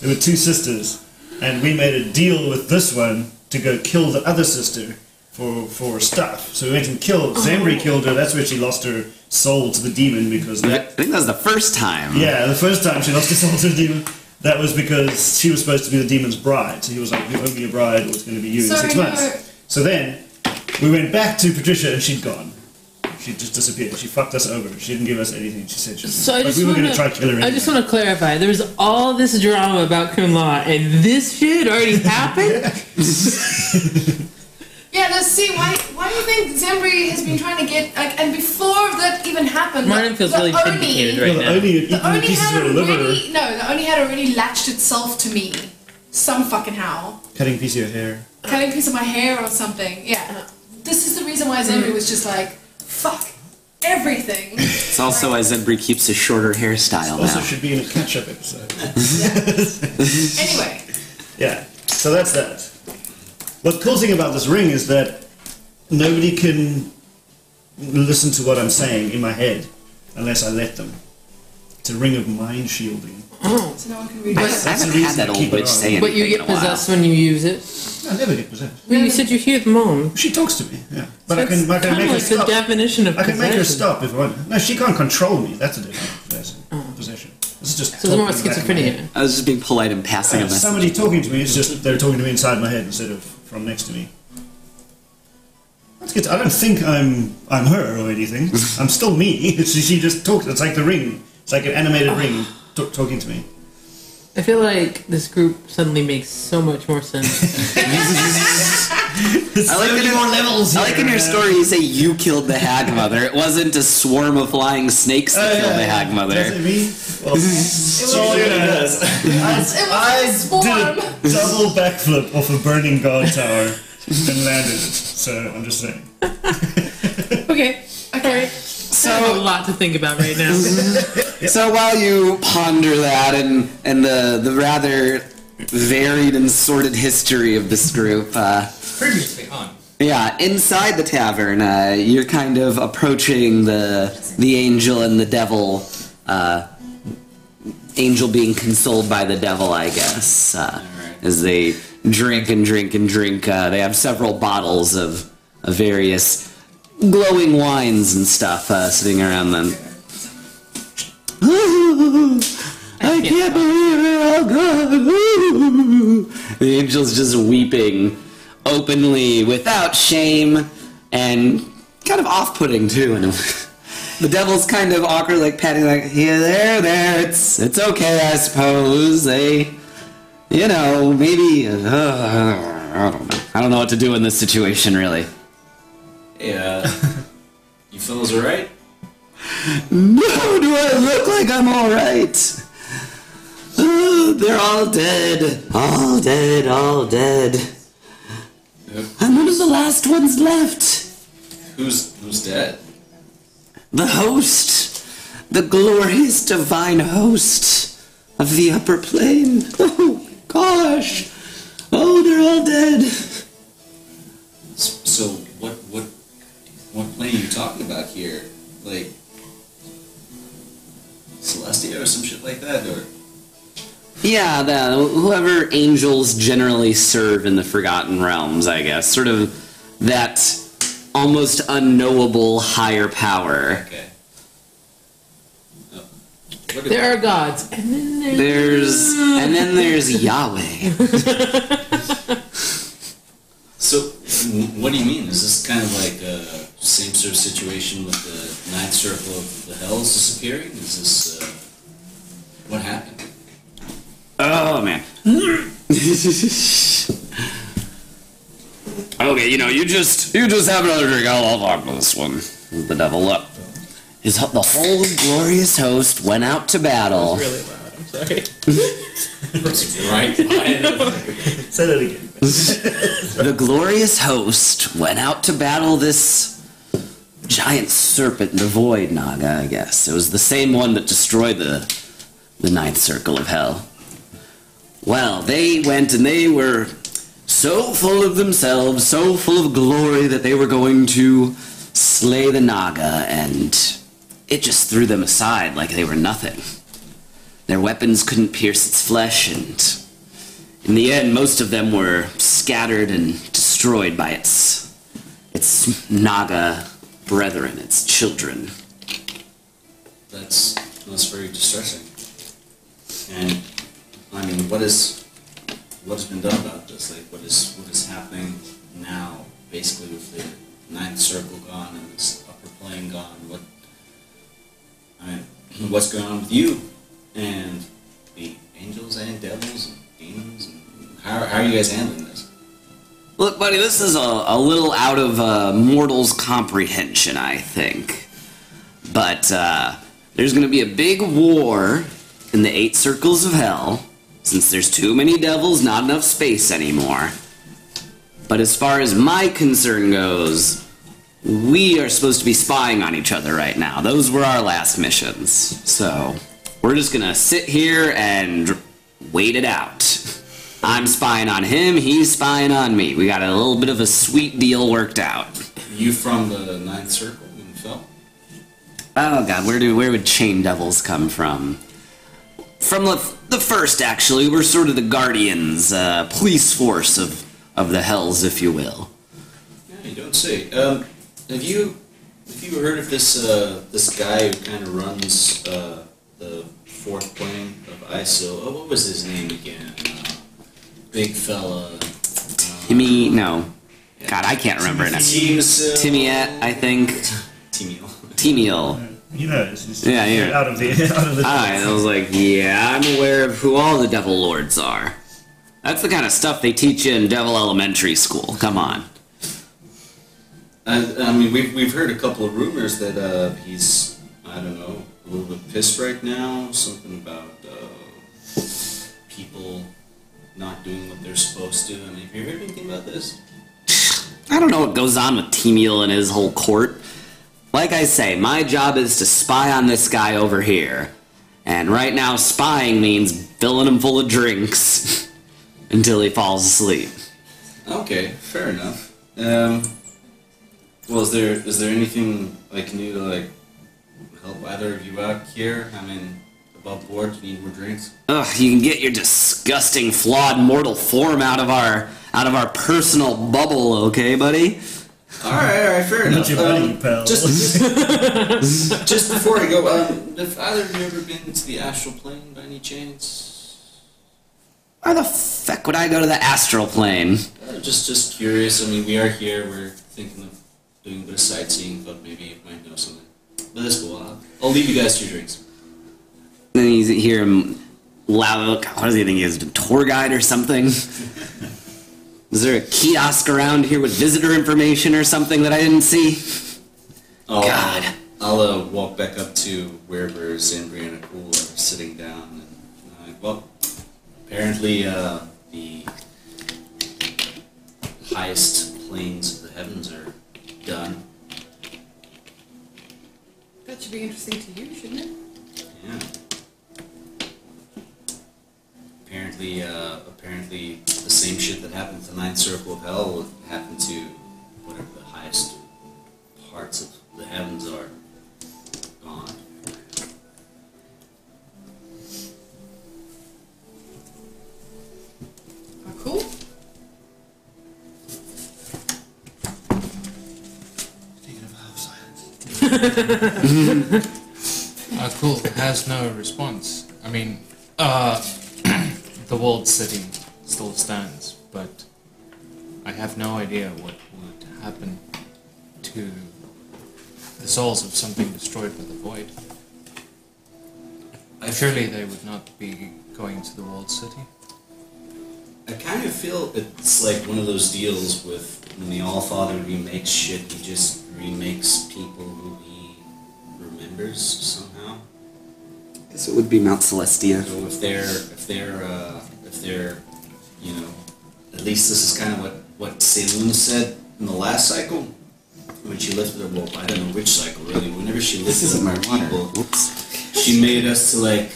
[SPEAKER 3] there were two sisters, and we made a deal with this one to go kill the other sister for for stuff. So we went and killed. Zambri killed her. That's where she lost her soul to the demon because
[SPEAKER 1] I
[SPEAKER 3] that
[SPEAKER 1] think that was the first time.
[SPEAKER 3] yeah, the first time she lost her soul to the demon. That was because she was supposed to be the demon's bride. So he was like, "You're only a bride, or it's going to be you in
[SPEAKER 6] Sorry,
[SPEAKER 3] six
[SPEAKER 6] no.
[SPEAKER 3] months." So then we went back to Patricia, and she'd gone. She just disappeared. She fucked us over. She didn't give us anything. She said she. Was,
[SPEAKER 4] So I
[SPEAKER 3] like,
[SPEAKER 4] just
[SPEAKER 3] we were
[SPEAKER 4] want
[SPEAKER 3] to try to kill her.
[SPEAKER 4] I
[SPEAKER 3] anyway.
[SPEAKER 4] just want to clarify. There was all this drama about Kun Law, and this shit already happened.
[SPEAKER 6] Yeah, no, see, why why do you think Zembri has been trying to get, like, and before that even happened,
[SPEAKER 4] Martin
[SPEAKER 6] the-
[SPEAKER 4] feels
[SPEAKER 6] the
[SPEAKER 4] really
[SPEAKER 6] Oni-
[SPEAKER 4] vindicated
[SPEAKER 3] No,
[SPEAKER 4] right
[SPEAKER 3] the
[SPEAKER 4] now.
[SPEAKER 3] only,
[SPEAKER 6] The Oni
[SPEAKER 3] pieces
[SPEAKER 6] had
[SPEAKER 3] of her liver,
[SPEAKER 6] already, no, the Oni had already latched itself to me. Some fucking how.
[SPEAKER 3] cutting a piece of your hair.
[SPEAKER 6] Cutting a piece of my hair or something. Yeah. This is the reason why Zembri was just like, fuck everything.
[SPEAKER 1] It's also why Zebri keeps a shorter hairstyle
[SPEAKER 3] Also,
[SPEAKER 1] now.
[SPEAKER 3] should be in a catch-up episode.
[SPEAKER 6] anyway.
[SPEAKER 3] Yeah. So that's that. What's cool thing about this ring is that nobody can listen to what I'm saying in my head unless I let them. It's a ring of mind shielding.
[SPEAKER 6] So no one can read
[SPEAKER 1] I
[SPEAKER 6] it.
[SPEAKER 1] haven't- I haven't
[SPEAKER 3] the
[SPEAKER 1] had
[SPEAKER 3] reason
[SPEAKER 1] that
[SPEAKER 3] to
[SPEAKER 1] old
[SPEAKER 3] keep it
[SPEAKER 1] witch
[SPEAKER 3] on.
[SPEAKER 1] say anything
[SPEAKER 4] But you
[SPEAKER 1] in
[SPEAKER 4] get
[SPEAKER 1] a while.
[SPEAKER 4] possessed when you use it.
[SPEAKER 3] I never get possessed.
[SPEAKER 4] Well, you said you hear the mom.
[SPEAKER 3] She talks to me, yeah. But I
[SPEAKER 4] That's
[SPEAKER 3] can, I can
[SPEAKER 4] kinda
[SPEAKER 3] make her
[SPEAKER 4] like the
[SPEAKER 3] stop.
[SPEAKER 4] definition of
[SPEAKER 3] I can make her
[SPEAKER 4] possession.
[SPEAKER 3] stop if I want. No, she can't control me. That's a different possession. possession. This is just.
[SPEAKER 4] Oh. So it's more
[SPEAKER 3] talking back in my head.
[SPEAKER 4] schizophrenia.
[SPEAKER 1] I was just being polite and passing a
[SPEAKER 3] Uh,
[SPEAKER 1] message.
[SPEAKER 3] somebody talking to me is just they're talking to me inside my head instead of from next to me. That's good. I don't think I'm I'm her or anything. I'm still me. she, she just talks. It's like the ring. It's like an animated ring t- talking to me.
[SPEAKER 4] I feel like this group suddenly makes so much more sense.
[SPEAKER 1] I like, that in, I like in your story you say you killed the hag mother. It wasn't a swarm of flying snakes that
[SPEAKER 3] Oh,
[SPEAKER 1] killed the hag
[SPEAKER 3] Does
[SPEAKER 1] mother.
[SPEAKER 3] it mean? Well, so, you know,
[SPEAKER 6] It was
[SPEAKER 3] I
[SPEAKER 6] a
[SPEAKER 3] did
[SPEAKER 6] swarm.
[SPEAKER 3] a double backflip off a burning guard tower and landed. So I'm just saying.
[SPEAKER 4] okay.
[SPEAKER 6] Okay.
[SPEAKER 4] So I have a lot to think about right now.
[SPEAKER 1] So while you ponder that and and the the rather varied and sordid history of this group, uh,
[SPEAKER 5] Previously on.
[SPEAKER 1] Yeah, inside the tavern, uh, you're kind of approaching the the angel and the devil. Uh, angel being consoled by the devil, I guess, uh, as they drink and drink and drink. Uh, they have several bottles of, of various glowing wines and stuff uh, sitting around them. Ooh, I can't believe it! all gone. Ooh. The angel's just weeping openly without shame and kind of off-putting too. In a way. The devil's kind of awkward, like patting, like here, there, there. It's it's okay, I suppose. They, you know, maybe uh, I don't know. I don't know what to do in this situation, really.
[SPEAKER 2] Hey, uh, you fellas all right?
[SPEAKER 1] No, do I look like I'm all right? Oh, they're all dead, all dead, all dead. I'm one of the last ones left.
[SPEAKER 2] Who's who's dead?
[SPEAKER 1] the host, the glorious divine host of the upper plane. Oh gosh! Oh, they're all dead.
[SPEAKER 2] S- So what what what plane are you talking about here? Like Celestia or some shit like that, or
[SPEAKER 1] Yeah, the, whoever angels generally serve in the Forgotten Realms, I guess, sort of that almost unknowable higher power.
[SPEAKER 2] okay. Oh. Look at
[SPEAKER 4] There are gods. And then there's
[SPEAKER 1] There's and then there's Yahweh.
[SPEAKER 2] So, w- what do you mean? Is this kind of like a same sort of situation with the ninth circle of the hells disappearing? Is this uh, what happened?
[SPEAKER 1] Oh man. okay, you know, you just you just have another drink. I'll I'll talk about this one. The devil up. His ho- the whole glorious host went out to battle.
[SPEAKER 5] Really loud. I'm sorry.
[SPEAKER 2] right?
[SPEAKER 3] Say that again.
[SPEAKER 1] The glorious host went out to battle this giant serpent in the void naga, I guess. It was the same one that destroyed the the ninth circle of hell. Well, they went and they were so full of themselves, so full of glory that they were going to slay the naga and it just threw them aside like they were nothing. Their weapons couldn't pierce its flesh and in the end, most of them were scattered and destroyed by its its Naga brethren, its children.
[SPEAKER 2] That's that's very distressing. And I mean, what is what has been done about this? Like, what is what is happening now? Basically, with the ninth circle gone and this upper plane gone, what I mean, what's going on with you and the angels and devils and demons? And how how are you guys handling this?
[SPEAKER 1] Look, buddy, this is a, a little out of uh, mortals' comprehension, I think. But uh, there's going to be a big war in the eight circles of hell, since there's too many devils, not enough space anymore. But as far as my concern goes, we are supposed to be spying on each other right now. Those were our last missions. So we're just going to sit here and wait it out. I'm spying on him, he's spying on me. We got a little bit of a sweet deal worked out.
[SPEAKER 2] You from the ninth circle in Phil?
[SPEAKER 1] Oh god, where do where would chain devils come from? From the, the first, actually, we're sort of the guardians, uh, police force of of the hells, if you will.
[SPEAKER 2] Yeah, you don't say. Um, have you have you heard of this uh, this guy who kind of runs uh, the fourth plane of ISO? Oh, what was his name again? Uh, big fella. uh,
[SPEAKER 1] Timmy, no, God, I can't remember it. now.
[SPEAKER 2] Timmy.
[SPEAKER 1] Timiat, I think.
[SPEAKER 2] Timmy.
[SPEAKER 1] Timiel.
[SPEAKER 3] He knows. He's
[SPEAKER 1] Yeah, yeah.
[SPEAKER 3] Out of the out of the.
[SPEAKER 1] Ah, and I was like, yeah, I'm aware of who all the devil lords are. That's the kind of stuff they teach you in Devil Elementary School. Come on.
[SPEAKER 2] I, I mean, we've we've heard a couple of rumors that uh, he's I don't know a little bit pissed right now. Something about uh, people not doing what they're supposed to. And have you heard anything about this?
[SPEAKER 1] I don't know what goes on with Timiel and his whole court. Like I say, my job is to spy on this guy over here. And right now, spying means filling him full of drinks until he falls asleep.
[SPEAKER 2] Okay, fair enough. Um, well, is there is there anything like new to like help either of you out here? I mean, above board, do you need more drinks?
[SPEAKER 1] Ugh, you can get your disgusting, flawed, mortal form out of our out of our personal bubble, okay, buddy?
[SPEAKER 2] All right, all right, fair enough.
[SPEAKER 3] Not your buddy,
[SPEAKER 2] Um,
[SPEAKER 3] pal.
[SPEAKER 2] Just, just before I go, um, have either of you ever been to the astral plane by any chance?
[SPEAKER 1] Why the feck would I go to the astral plane?
[SPEAKER 2] Uh, just, just curious. I mean, we are here. We're thinking of doing a bit of sightseeing, but maybe you might know something. But that's cool. I'll, I'll leave you guys to your drinks.
[SPEAKER 1] Then you hear him loud. What does he think he is? A tour guide or something? Is there a kiosk around here with visitor information or something that I didn't see?
[SPEAKER 2] I'll,
[SPEAKER 1] God.
[SPEAKER 2] I'll uh, walk back up to wherever Zambri and Akul are sitting down. And, uh, well, apparently uh, the highest planes of the heavens are done.
[SPEAKER 6] That should be interesting to you, shouldn't it?
[SPEAKER 2] Yeah. Apparently, uh, apparently, the same shit that happened to the Ninth Circle of Hell happened to whatever the highest parts of the heavens are gone.
[SPEAKER 6] Oh, cool.
[SPEAKER 5] Taking a vow of silence. uh, cool. Has no response. I mean, uh, the walled city still stands, but I have no idea what would happen to the souls of something destroyed by the void. Surely they would not be going to the walled city.
[SPEAKER 2] I kind of feel it's like one of those deals with when the Allfather remakes shit, he just remakes people who he remembers somehow.
[SPEAKER 1] So it would be Mount Celestia.
[SPEAKER 2] So if they're if they're uh, if they're you know at least this is kind of what what Selene said in the last cycle when she lifted her well I don't know which cycle really whenever she lifted
[SPEAKER 1] This isn't
[SPEAKER 2] up
[SPEAKER 1] my
[SPEAKER 2] her
[SPEAKER 1] water.
[SPEAKER 2] people
[SPEAKER 1] Whoops.
[SPEAKER 2] she made us to like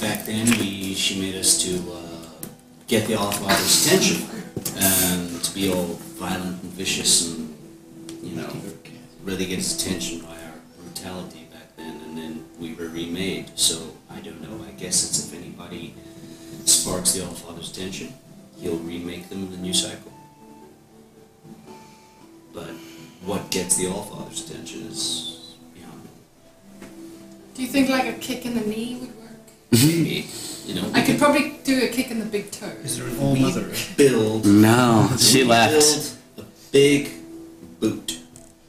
[SPEAKER 2] back then we she made us to uh, get the Allfather's attention and to be all violent and vicious and you know really get his attention by our brutality back then and then we were remade so I don't know I guess it's if anybody sparks the Allfather's attention he'll remake them in the new cycle but what gets the Allfather's attention is beyond me.
[SPEAKER 6] Do you think like a kick in the knee would work?
[SPEAKER 2] Maybe. You know, we
[SPEAKER 6] I could probably do a kick in the big toe.
[SPEAKER 3] Is there an all mother?
[SPEAKER 2] build.
[SPEAKER 1] No, she
[SPEAKER 2] we
[SPEAKER 1] left.
[SPEAKER 2] Build a big boot.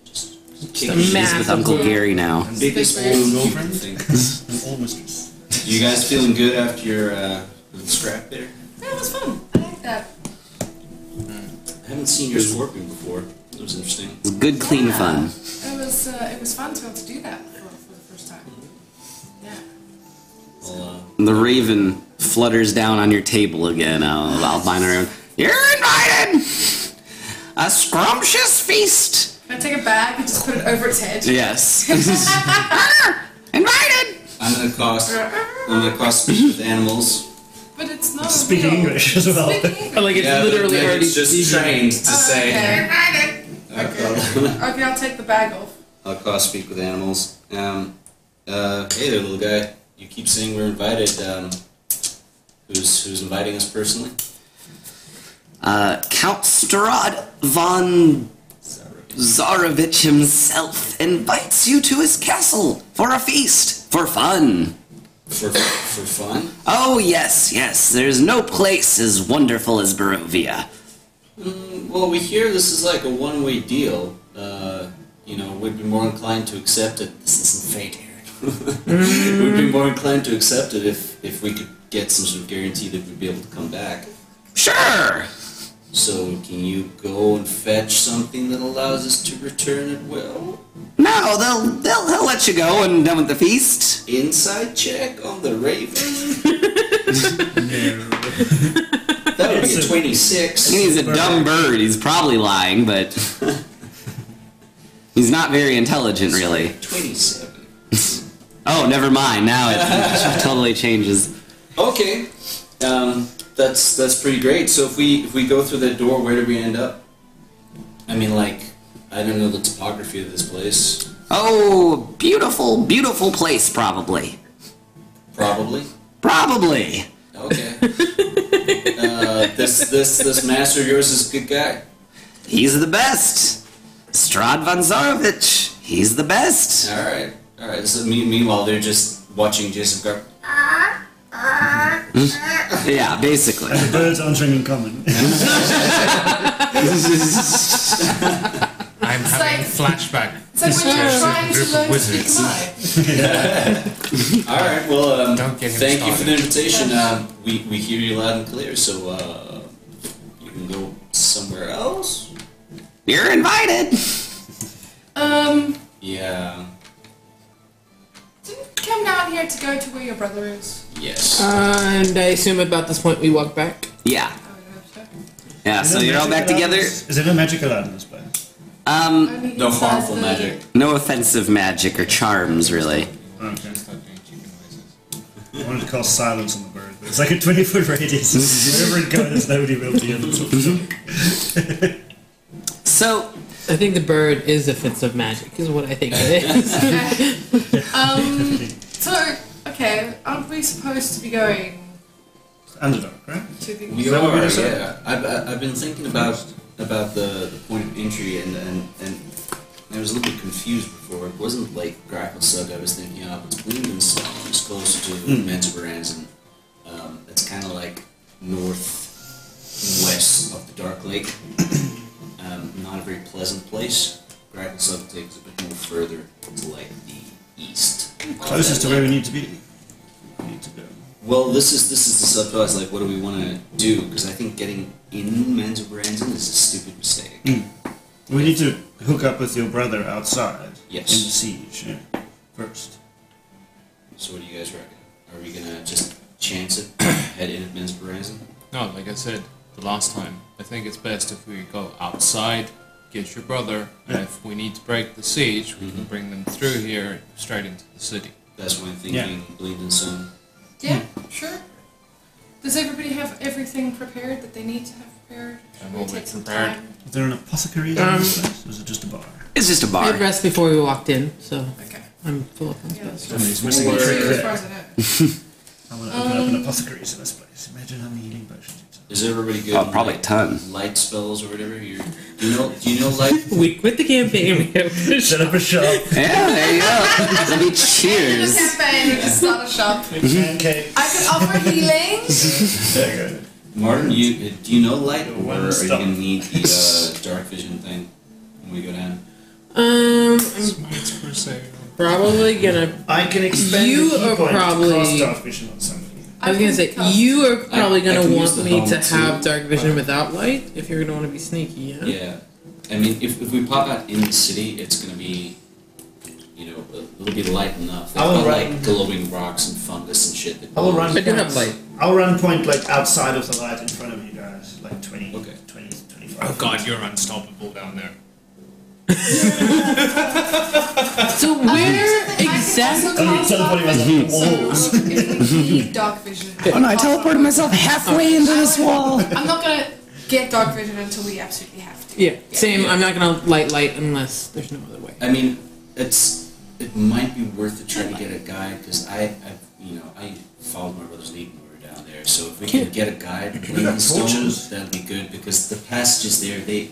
[SPEAKER 2] Just kick
[SPEAKER 4] a
[SPEAKER 1] She's
[SPEAKER 2] it.
[SPEAKER 1] with
[SPEAKER 4] massive
[SPEAKER 1] Uncle
[SPEAKER 4] boot.
[SPEAKER 1] Gary now.
[SPEAKER 2] biggest
[SPEAKER 6] Big bear.
[SPEAKER 2] old over thing.
[SPEAKER 3] An all mistress?
[SPEAKER 2] You guys feeling good after your uh, little scrap there?
[SPEAKER 6] That was fun. I like that.
[SPEAKER 2] I haven't seen your scorpion before. It was interesting.
[SPEAKER 1] It's good, clean
[SPEAKER 6] Yeah.
[SPEAKER 1] fun.
[SPEAKER 6] It was uh, it was fun to be able to do that for, for the first time. Yeah.
[SPEAKER 2] I'll, uh,
[SPEAKER 1] The raven flutters down on your table again. I'll, I'll find her. You're invited! A scrumptious feast!
[SPEAKER 6] Can I take a bag and just put it over its head?
[SPEAKER 1] Yes. invited!
[SPEAKER 2] I'm gonna cost. I'm gonna cost speak with animals.
[SPEAKER 6] But it's not
[SPEAKER 3] Speaking
[SPEAKER 6] a real.
[SPEAKER 3] English as well.
[SPEAKER 6] Speaking English.
[SPEAKER 4] But like it's
[SPEAKER 2] Yeah, but
[SPEAKER 4] literally
[SPEAKER 2] then
[SPEAKER 4] already
[SPEAKER 2] it's just trained to say.
[SPEAKER 6] Okay.
[SPEAKER 2] I'll,
[SPEAKER 6] okay, I'll take the bag off.
[SPEAKER 2] I'll cost speak with animals. Um, uh, hey there, little guy. You keep saying we're invited. Um, who's who's inviting us personally?
[SPEAKER 1] Uh, Count Strahd von
[SPEAKER 2] Sorry.
[SPEAKER 1] Tsarevich himself invites you to his castle for a feast, for fun.
[SPEAKER 2] For, for fun?
[SPEAKER 1] Oh, yes, yes, there's no place as wonderful as Barovia.
[SPEAKER 2] Well, we hear this is like a one-way deal. Uh, you know, we'd be more inclined to accept it. This isn't fate, Aaron. we'd be more inclined to accept it if, if we could get some sort of guarantee that we'd be able to come back.
[SPEAKER 1] Sure!
[SPEAKER 2] So, can you go and fetch something that allows us to return at will?
[SPEAKER 1] No, they'll, they'll, they'll let you go when done with the feast.
[SPEAKER 2] Inside check on the Raven? That would be a
[SPEAKER 3] It's a-
[SPEAKER 2] 26.
[SPEAKER 1] And he's a dumb bird. He's probably lying, but he's not very intelligent, really.
[SPEAKER 2] 27.
[SPEAKER 1] Oh, never mind. Now it totally changes.
[SPEAKER 2] Okay, um, that's that's pretty great. So if we if we go through that door, where do we end up? I mean, like, I don't know the topography of this place.
[SPEAKER 1] Oh, beautiful, beautiful place, probably.
[SPEAKER 2] Probably.
[SPEAKER 1] Probably.
[SPEAKER 2] Okay. uh, this this this master of yours is a good guy.
[SPEAKER 1] He's the best. Strad Vanzarovich. He's the best.
[SPEAKER 2] All right. All right. So me- meanwhile, they're just watching Jason Gar.
[SPEAKER 1] Yeah, basically.
[SPEAKER 3] The birds answering in common.
[SPEAKER 5] I'm having
[SPEAKER 6] like-
[SPEAKER 5] flashback.
[SPEAKER 6] It's like when you're
[SPEAKER 5] discussion
[SPEAKER 6] trying to
[SPEAKER 5] group of
[SPEAKER 6] learn to speak
[SPEAKER 5] wizards.
[SPEAKER 6] Khmer.
[SPEAKER 2] All right. Well, um,
[SPEAKER 5] Don't get him
[SPEAKER 2] thank you for the
[SPEAKER 5] started.
[SPEAKER 2] invitation. Um, we we hear you loud and clear. So uh, you can go somewhere else.
[SPEAKER 1] You're invited.
[SPEAKER 6] Um,
[SPEAKER 2] Yeah.
[SPEAKER 6] didn't you come down here to go to where your brother is. Oh,
[SPEAKER 2] Yes.
[SPEAKER 4] And I assume about this point we walk back.
[SPEAKER 1] Yeah.
[SPEAKER 6] I would hope so.
[SPEAKER 1] Yeah, so you're all back together.
[SPEAKER 3] Is it a magic allowed in this place?
[SPEAKER 1] Um,
[SPEAKER 6] Only
[SPEAKER 2] no
[SPEAKER 6] besides
[SPEAKER 2] harmful
[SPEAKER 6] the-
[SPEAKER 2] magic.
[SPEAKER 1] no offensive magic or charms, really.
[SPEAKER 3] Okay.
[SPEAKER 5] Start doing chicken noises.
[SPEAKER 3] I wanted to call silence on the bird, but it's like a 20 foot radius. Wherever it goes, nobody will be able to.
[SPEAKER 1] So,
[SPEAKER 4] I think the bird is offensive magic, is what I think it is.
[SPEAKER 6] Okay. um, so, okay, aren't we supposed to be going
[SPEAKER 3] Underdog, right?
[SPEAKER 6] to the.
[SPEAKER 2] We
[SPEAKER 3] Is that what we
[SPEAKER 2] are,
[SPEAKER 3] decided?
[SPEAKER 2] yeah. I've, I- I've been thinking about about the, the point of entry, and, and and I was a little bit confused before. It wasn't like Grackle Sug I was thinking of. It's Lindenstone. It's closer to
[SPEAKER 3] Hmm.
[SPEAKER 2] mm. and um, it's kind of like northwest of the Dark Lake. um, not a very pleasant place. Grackle Sug takes a bit more further to like the east. of
[SPEAKER 3] Closest Oh, to
[SPEAKER 2] that
[SPEAKER 3] where
[SPEAKER 2] lake.
[SPEAKER 3] we need to be. We need to go.
[SPEAKER 2] Well, this is this is the subplot. Like, what do we want to do? Because I think getting in Men's Brandon is a stupid mistake.
[SPEAKER 3] We need to hook up with your brother outside.
[SPEAKER 2] Yes.
[SPEAKER 3] In the siege, yeah. First.
[SPEAKER 2] So, what do you guys reckon? Are we gonna just chance it, head in at Men's Brandon?
[SPEAKER 5] No, like I said the last time, I think it's best if we go outside, get your brother, and if we need to break the siege, we
[SPEAKER 3] Mm-hmm.
[SPEAKER 5] can bring them through here straight into the city.
[SPEAKER 2] That's what I'm thinking.
[SPEAKER 3] Yeah.
[SPEAKER 2] Bleedingstone.
[SPEAKER 6] Yeah, sure. Does everybody have everything prepared that they need to have prepared?
[SPEAKER 5] I'm
[SPEAKER 6] Should we
[SPEAKER 5] always
[SPEAKER 6] take some
[SPEAKER 5] prepared.
[SPEAKER 6] time?
[SPEAKER 3] Is there an apothecary in
[SPEAKER 4] Um,
[SPEAKER 3] this place? Or is it just a bar?
[SPEAKER 1] it's just a
[SPEAKER 4] We had
[SPEAKER 1] bar.
[SPEAKER 4] rest before we walked in, so
[SPEAKER 6] Okay.
[SPEAKER 4] I'm full of
[SPEAKER 6] Yeah, that's
[SPEAKER 4] things.
[SPEAKER 6] fine.
[SPEAKER 3] Somebody's
[SPEAKER 6] Maybe
[SPEAKER 3] missing
[SPEAKER 6] we
[SPEAKER 3] a
[SPEAKER 6] should
[SPEAKER 3] trick
[SPEAKER 6] do as far
[SPEAKER 3] there.
[SPEAKER 6] as I know.
[SPEAKER 3] I want to open
[SPEAKER 4] um,
[SPEAKER 3] up an apothecaries in this place. Imagine how many healing potions you'd
[SPEAKER 2] Is
[SPEAKER 3] sell.
[SPEAKER 2] everybody good?
[SPEAKER 1] Oh,
[SPEAKER 2] in,
[SPEAKER 1] probably a
[SPEAKER 2] like,
[SPEAKER 1] ton.
[SPEAKER 2] light spells or whatever. You're, do you know? Do you know light?
[SPEAKER 4] We quit the campaign. We have to
[SPEAKER 3] Set up a shop.
[SPEAKER 1] Yeah, there you go. Let me
[SPEAKER 6] In a
[SPEAKER 1] cheers.
[SPEAKER 6] cafe, we just start a shop.
[SPEAKER 3] Pancakes.
[SPEAKER 6] I can offer healing.
[SPEAKER 3] There you go.
[SPEAKER 2] Martin, you do you know light, or
[SPEAKER 3] One
[SPEAKER 2] are you
[SPEAKER 3] stop.
[SPEAKER 2] gonna need the uh, dark vision thing when we go down?
[SPEAKER 4] Um, I'm
[SPEAKER 5] Smites per se.
[SPEAKER 4] probably gonna.
[SPEAKER 3] I can expend
[SPEAKER 4] You
[SPEAKER 3] the key
[SPEAKER 4] are
[SPEAKER 3] point to
[SPEAKER 4] probably-
[SPEAKER 3] cast dark vision on somebody.
[SPEAKER 4] I was gonna say
[SPEAKER 6] Because-
[SPEAKER 4] you are probably
[SPEAKER 2] I
[SPEAKER 4] gonna
[SPEAKER 2] can use
[SPEAKER 4] want
[SPEAKER 2] the
[SPEAKER 4] me
[SPEAKER 2] helm
[SPEAKER 4] to
[SPEAKER 2] too.
[SPEAKER 4] have dark vision without light if you're gonna want to be sneaky. Yeah.
[SPEAKER 2] Yeah, I mean, if, if we pop out in the city, it's gonna be, you know, it'll be light enough.
[SPEAKER 3] I will
[SPEAKER 2] Not
[SPEAKER 3] run-
[SPEAKER 2] like glowing rocks and fungus and shit. That
[SPEAKER 3] I will run.
[SPEAKER 4] I do have
[SPEAKER 3] point-
[SPEAKER 4] light.
[SPEAKER 3] I'll run point like outside of the light in front of you guys, like 20,
[SPEAKER 2] Okay.
[SPEAKER 3] 20 25.
[SPEAKER 5] Oh god, you're unstoppable down there.
[SPEAKER 4] So where exactly?
[SPEAKER 3] Oh, you teleported myself to the walls.
[SPEAKER 6] dark vision.
[SPEAKER 1] Oh no, I teleported myself halfway into this wall.
[SPEAKER 6] I'm not gonna get dark vision until we absolutely have to.
[SPEAKER 4] Yeah. Same. I'm not gonna light light unless there's no other way.
[SPEAKER 2] I mean, it's it might be worth it trying to get a guide because I, I, you know, I followed my brother's lead when we were down there. So if we can get a guide, bring
[SPEAKER 3] got
[SPEAKER 2] the stones,
[SPEAKER 3] torches.
[SPEAKER 2] that'd be good because the passages there, they,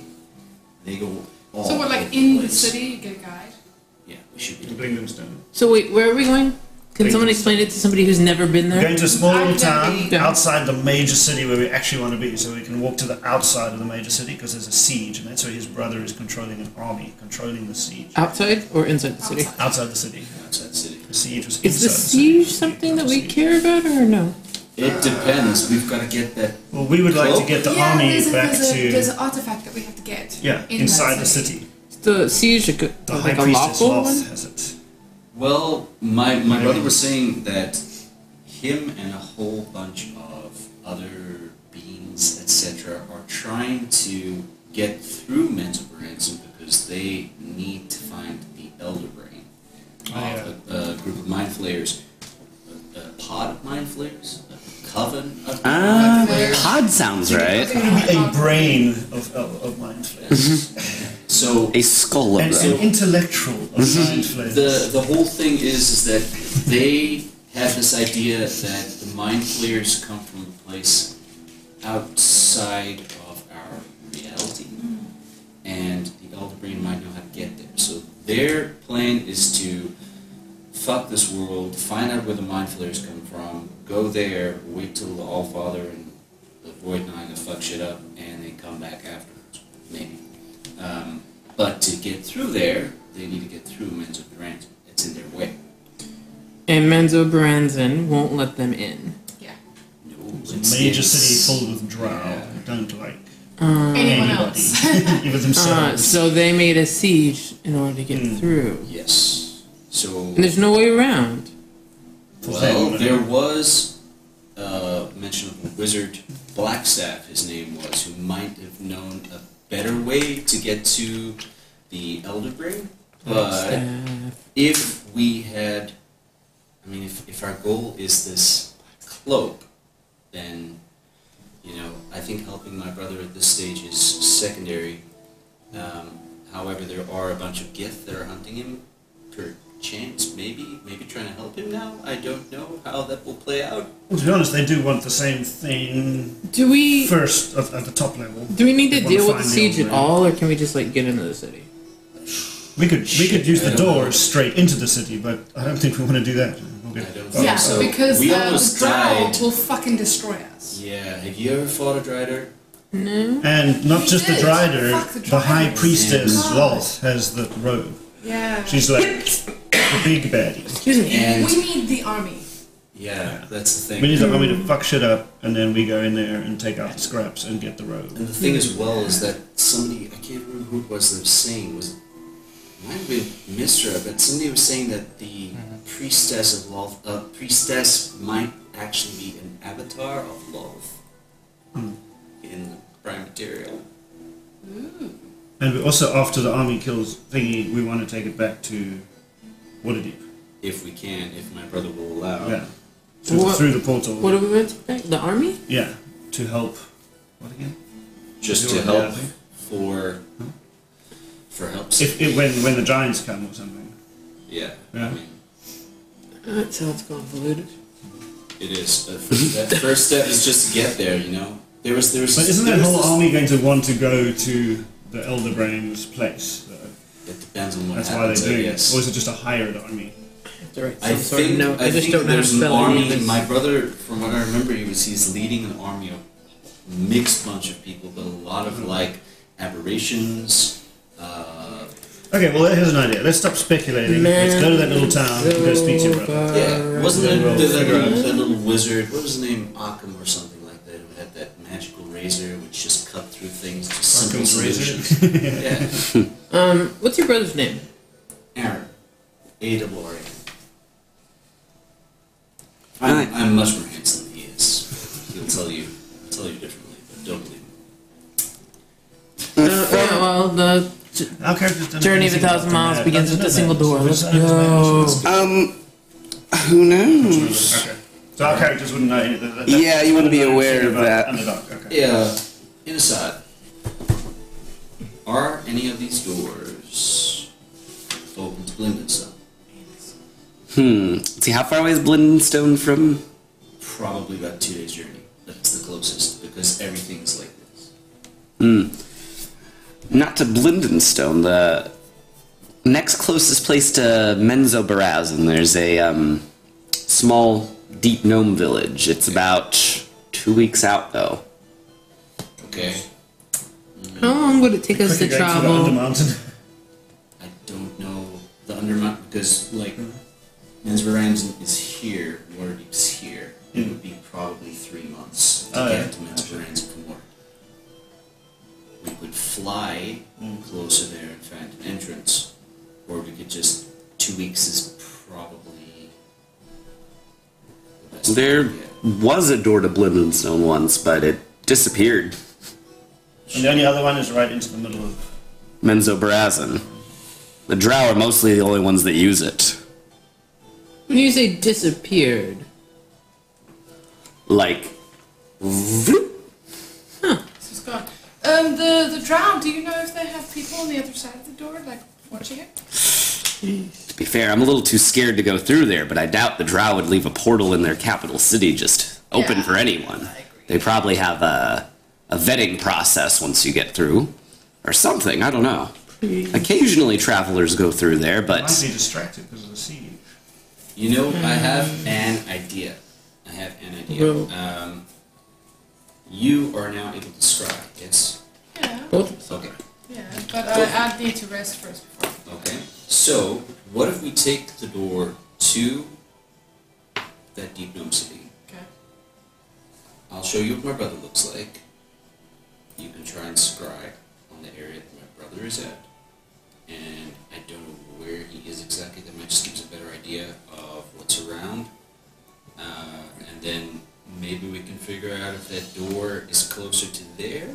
[SPEAKER 2] they go all.
[SPEAKER 6] So we're
[SPEAKER 2] over
[SPEAKER 6] like in the
[SPEAKER 2] place.
[SPEAKER 6] city, you get a guide.
[SPEAKER 2] Yeah, we should be.
[SPEAKER 3] Bring them down.
[SPEAKER 4] So wait, where are we going? Can someone explain it to somebody who's never been
[SPEAKER 3] We're
[SPEAKER 4] there?
[SPEAKER 3] going to a small little town
[SPEAKER 4] Yeah.
[SPEAKER 3] outside the major city where we actually want to be, so we can walk to the outside of the major city because there's a siege, and that's where his brother is controlling an army, controlling the siege.
[SPEAKER 4] Outside or inside the city?
[SPEAKER 3] Outside the city.
[SPEAKER 2] outside the city.
[SPEAKER 3] The siege was
[SPEAKER 4] Is the
[SPEAKER 3] inside city.
[SPEAKER 4] siege something that we care about or no?
[SPEAKER 2] It depends. We've got to get that
[SPEAKER 3] Well, we would like to get the
[SPEAKER 6] yeah,
[SPEAKER 3] army
[SPEAKER 6] there's, a,
[SPEAKER 3] back
[SPEAKER 6] there's, a,
[SPEAKER 3] to
[SPEAKER 6] there's an artifact that we have to get.
[SPEAKER 3] yeah
[SPEAKER 6] in
[SPEAKER 3] inside
[SPEAKER 6] that
[SPEAKER 3] the city.
[SPEAKER 4] Is the siege a good,
[SPEAKER 3] The
[SPEAKER 4] like
[SPEAKER 3] high
[SPEAKER 4] a
[SPEAKER 3] priestess
[SPEAKER 4] lawful
[SPEAKER 3] Loth
[SPEAKER 4] one?
[SPEAKER 3] has it.
[SPEAKER 2] Well, my, my brother was saying that him and a whole bunch of other beings, etc., are trying to get through mental ransom because they need to find the elder brain.
[SPEAKER 3] Oh, yeah.
[SPEAKER 2] Of a, a group of mind flayers, a, a pod of mind flayers, a coven of mind
[SPEAKER 1] Ah,
[SPEAKER 2] flayers.
[SPEAKER 1] pod god sounds right.
[SPEAKER 3] A brain of, of, of mind flayers.
[SPEAKER 2] So
[SPEAKER 1] A skull
[SPEAKER 3] and
[SPEAKER 1] of
[SPEAKER 3] an
[SPEAKER 1] them.
[SPEAKER 3] intellectual of mind flayers.
[SPEAKER 2] Mm-hmm. Um, the the whole thing is is that they have this idea that the mind flayers come from a place outside of our reality, and the elder brain might know how to get there. So their plan is to fuck this world, find out where the mind flayers come from, go there, wait till the All Father and the Void Nine to fuck shit up, and then come back afterwards, maybe. Um, but to get through there, they need to get through Menzo Durant. It's in their way.
[SPEAKER 4] And Menzo Branson won't let them in.
[SPEAKER 6] Yeah.
[SPEAKER 2] No,
[SPEAKER 3] It's a major city full of drow. who Don't like
[SPEAKER 6] Anyone
[SPEAKER 3] anybody,
[SPEAKER 6] else?
[SPEAKER 3] even
[SPEAKER 4] Uh,
[SPEAKER 3] themselves.
[SPEAKER 4] so they made a siege in order to get through.
[SPEAKER 2] Yes. So
[SPEAKER 4] And there's no way around.
[SPEAKER 3] For
[SPEAKER 2] well,
[SPEAKER 3] them.
[SPEAKER 2] there was uh, mention of a wizard, Blackstaff. His name was, who might have known a better way to get to the Elder Ring, but.
[SPEAKER 4] Uh,
[SPEAKER 2] if we had, I mean, if, if our goal is this cloak, then, you know, I think helping my brother at this stage is secondary. Um, however, there are a bunch of Gith that are hunting him, perchance, maybe, maybe trying to help him now. I don't know how that will play out.
[SPEAKER 3] Well, to be honest, they do want the same thing
[SPEAKER 4] do we
[SPEAKER 3] first at, at the top level.
[SPEAKER 4] do we need to
[SPEAKER 3] They wanna
[SPEAKER 4] deal with the
[SPEAKER 3] find
[SPEAKER 4] siege
[SPEAKER 3] old
[SPEAKER 4] at
[SPEAKER 3] man.
[SPEAKER 4] all, or can we just like get into the city?
[SPEAKER 3] We could we could use the
[SPEAKER 2] I don't know.
[SPEAKER 3] doors straight into the city, but I don't think we want to do that. We'll get-
[SPEAKER 2] I don't
[SPEAKER 6] Yeah,
[SPEAKER 2] think so.
[SPEAKER 6] because
[SPEAKER 2] we
[SPEAKER 6] uh,
[SPEAKER 2] almost
[SPEAKER 6] the drow
[SPEAKER 2] died.
[SPEAKER 6] will fucking destroy us.
[SPEAKER 2] Yeah, have you ever fought a Drider?
[SPEAKER 3] And not
[SPEAKER 6] We
[SPEAKER 3] just the
[SPEAKER 6] did.
[SPEAKER 3] Drider,
[SPEAKER 6] Fuck the
[SPEAKER 3] the High
[SPEAKER 6] Driders.
[SPEAKER 3] Priestess
[SPEAKER 6] Yeah.
[SPEAKER 3] Loth has the robe.
[SPEAKER 6] Yeah.
[SPEAKER 3] She's like the big baddie.
[SPEAKER 4] Excuse me.
[SPEAKER 2] And
[SPEAKER 6] we need the army.
[SPEAKER 2] yeah, that's the thing.
[SPEAKER 3] We need the army to fuck shit up, and then we go in there and take out the scraps and get the robe.
[SPEAKER 2] And the thing as well is that somebody, I can't remember who it was that was saying, was, might have been Mistra, but somebody was saying that the
[SPEAKER 3] Mm-hmm.
[SPEAKER 2] priestess of Loth, uh, priestess might actually be an avatar of Loth
[SPEAKER 3] Hmm.
[SPEAKER 2] in the prime material.
[SPEAKER 3] And we also, after the army kills thingy, we want to take it back to Waterdeep.
[SPEAKER 2] If we can, if my brother will allow.
[SPEAKER 3] Yeah. Through,
[SPEAKER 4] What-
[SPEAKER 3] through the portal.
[SPEAKER 4] What are we meant to pick? The army?
[SPEAKER 3] yeah. To help. What again?
[SPEAKER 2] Just
[SPEAKER 3] Do
[SPEAKER 2] to
[SPEAKER 3] it,
[SPEAKER 2] help
[SPEAKER 3] yeah. Hmm?
[SPEAKER 2] for, for help.
[SPEAKER 3] If, if when when the giants come or something.
[SPEAKER 2] yeah,
[SPEAKER 3] Yeah.
[SPEAKER 2] I mean,
[SPEAKER 3] Uh,
[SPEAKER 4] That sounds convoluted.
[SPEAKER 2] it is. But first, that first step is just to get there, you know? There was, there was,
[SPEAKER 3] But isn't that
[SPEAKER 2] there was
[SPEAKER 3] whole
[SPEAKER 2] this-
[SPEAKER 3] army going to want to go to the Elder Brain's place? though?
[SPEAKER 2] It depends on what
[SPEAKER 3] That's why they
[SPEAKER 2] happens,
[SPEAKER 3] do
[SPEAKER 2] I
[SPEAKER 3] it.
[SPEAKER 2] guess.
[SPEAKER 3] Or is it just a hired army?
[SPEAKER 4] Right,
[SPEAKER 2] I think,
[SPEAKER 4] no,
[SPEAKER 2] I,
[SPEAKER 4] I, just
[SPEAKER 2] think
[SPEAKER 4] don't know how to
[SPEAKER 2] there's an
[SPEAKER 4] spell
[SPEAKER 2] army.
[SPEAKER 4] any of this.
[SPEAKER 2] My brother, from what I remember, he was he's leading an army of mixed bunch of people, but a lot
[SPEAKER 4] Hmm.
[SPEAKER 2] of like aberrations. Uh,
[SPEAKER 3] Okay, well, here's an idea. Let's stop speculating. Let's go to that little town and go speak to
[SPEAKER 4] uh,
[SPEAKER 3] uh, your brother.
[SPEAKER 2] yeah, wasn't there
[SPEAKER 3] Right.
[SPEAKER 2] that, that,
[SPEAKER 3] Figure
[SPEAKER 2] little,
[SPEAKER 3] out.
[SPEAKER 2] that little wizard? What was his name? Occam or something like that? Who had that magical razor which just cut through things to simple
[SPEAKER 3] Occam's razor.
[SPEAKER 2] solutions? yeah,
[SPEAKER 4] Um, what's your brother's name?
[SPEAKER 2] Aaron, A double R A. I'm, I'm much more handsome than he is. He'll tell you, tell you differently, but don't believe him.
[SPEAKER 4] Uh, yeah, well, the j-
[SPEAKER 3] Our characters don't
[SPEAKER 4] Journey of
[SPEAKER 3] know
[SPEAKER 4] a
[SPEAKER 3] anything about
[SPEAKER 4] Thousand Miles
[SPEAKER 3] mad-
[SPEAKER 4] begins with a
[SPEAKER 3] London
[SPEAKER 4] single door.
[SPEAKER 3] madness.
[SPEAKER 4] Let's
[SPEAKER 3] London madness.
[SPEAKER 4] go.
[SPEAKER 1] Um, who knows?
[SPEAKER 3] Okay. So our characters wouldn't know any that- that-
[SPEAKER 1] Yeah, you wouldn't be
[SPEAKER 3] that-
[SPEAKER 1] aware of
[SPEAKER 3] about
[SPEAKER 1] that.
[SPEAKER 3] Underdog. Okay.
[SPEAKER 2] Yeah, inside. Are any of these doors open to Blindenstone?
[SPEAKER 1] Hmm. Let's See, how far away is Blindenstone from?
[SPEAKER 2] Probably about two days journey. That's the closest because everything's like this.
[SPEAKER 1] Not to Blindenstone, the next closest place to Menzo Barazin. There's a um, small, deep gnome village. It's about two weeks out, though.
[SPEAKER 2] Okay.
[SPEAKER 4] How long would it take us to
[SPEAKER 3] Quickly going through the Under
[SPEAKER 4] travel?
[SPEAKER 3] Mountain.
[SPEAKER 2] I don't know the undermount because like Menzbaran's is here, Waterdeep's here. It would be probably three months to
[SPEAKER 3] Oh,
[SPEAKER 2] get
[SPEAKER 3] yeah.
[SPEAKER 2] to Menzbaran's from Waterdeep. We could fly
[SPEAKER 3] Mm.
[SPEAKER 2] closer there and find an entrance, or we could just two weeks is probably the best
[SPEAKER 1] There
[SPEAKER 2] idea.
[SPEAKER 1] was a door to Blindenstone once, but it disappeared.
[SPEAKER 3] And the only other one is right into the middle of.
[SPEAKER 1] Menzo Barazin. The Drow are mostly the only ones that use it.
[SPEAKER 4] When you say disappeared,
[SPEAKER 1] Like, vroom.
[SPEAKER 6] um, the the drowned. Do you know if they have people on the other side of the door, like watching it?
[SPEAKER 1] To be fair, I'm a little too scared to go through there, but I doubt the Drow would leave a portal in their capital city just open
[SPEAKER 6] Yeah,
[SPEAKER 1] for anyone. They probably have a, a vetting process once you get through, or something. I don't know. Occasionally, travelers go through there,
[SPEAKER 3] I
[SPEAKER 1] but
[SPEAKER 3] might be distracted because of the sea.
[SPEAKER 2] You know, I
[SPEAKER 3] Hmm.
[SPEAKER 2] have an idea. I have an idea.
[SPEAKER 4] Well-
[SPEAKER 2] Um, you are now able to scribe. Yes.
[SPEAKER 6] Yeah,
[SPEAKER 4] Both
[SPEAKER 2] Okay.
[SPEAKER 6] yeah. But I, I need to rest first before.
[SPEAKER 2] Okay. So, what if we take the door to that deep gnome city?
[SPEAKER 6] Okay.
[SPEAKER 2] I'll show you what my brother looks like. You can try and scribe on the area that my brother is at. And I don't know where he is exactly. That might just give us a better idea of what's around. Uh, and then maybe we can figure out if that door is closer to there.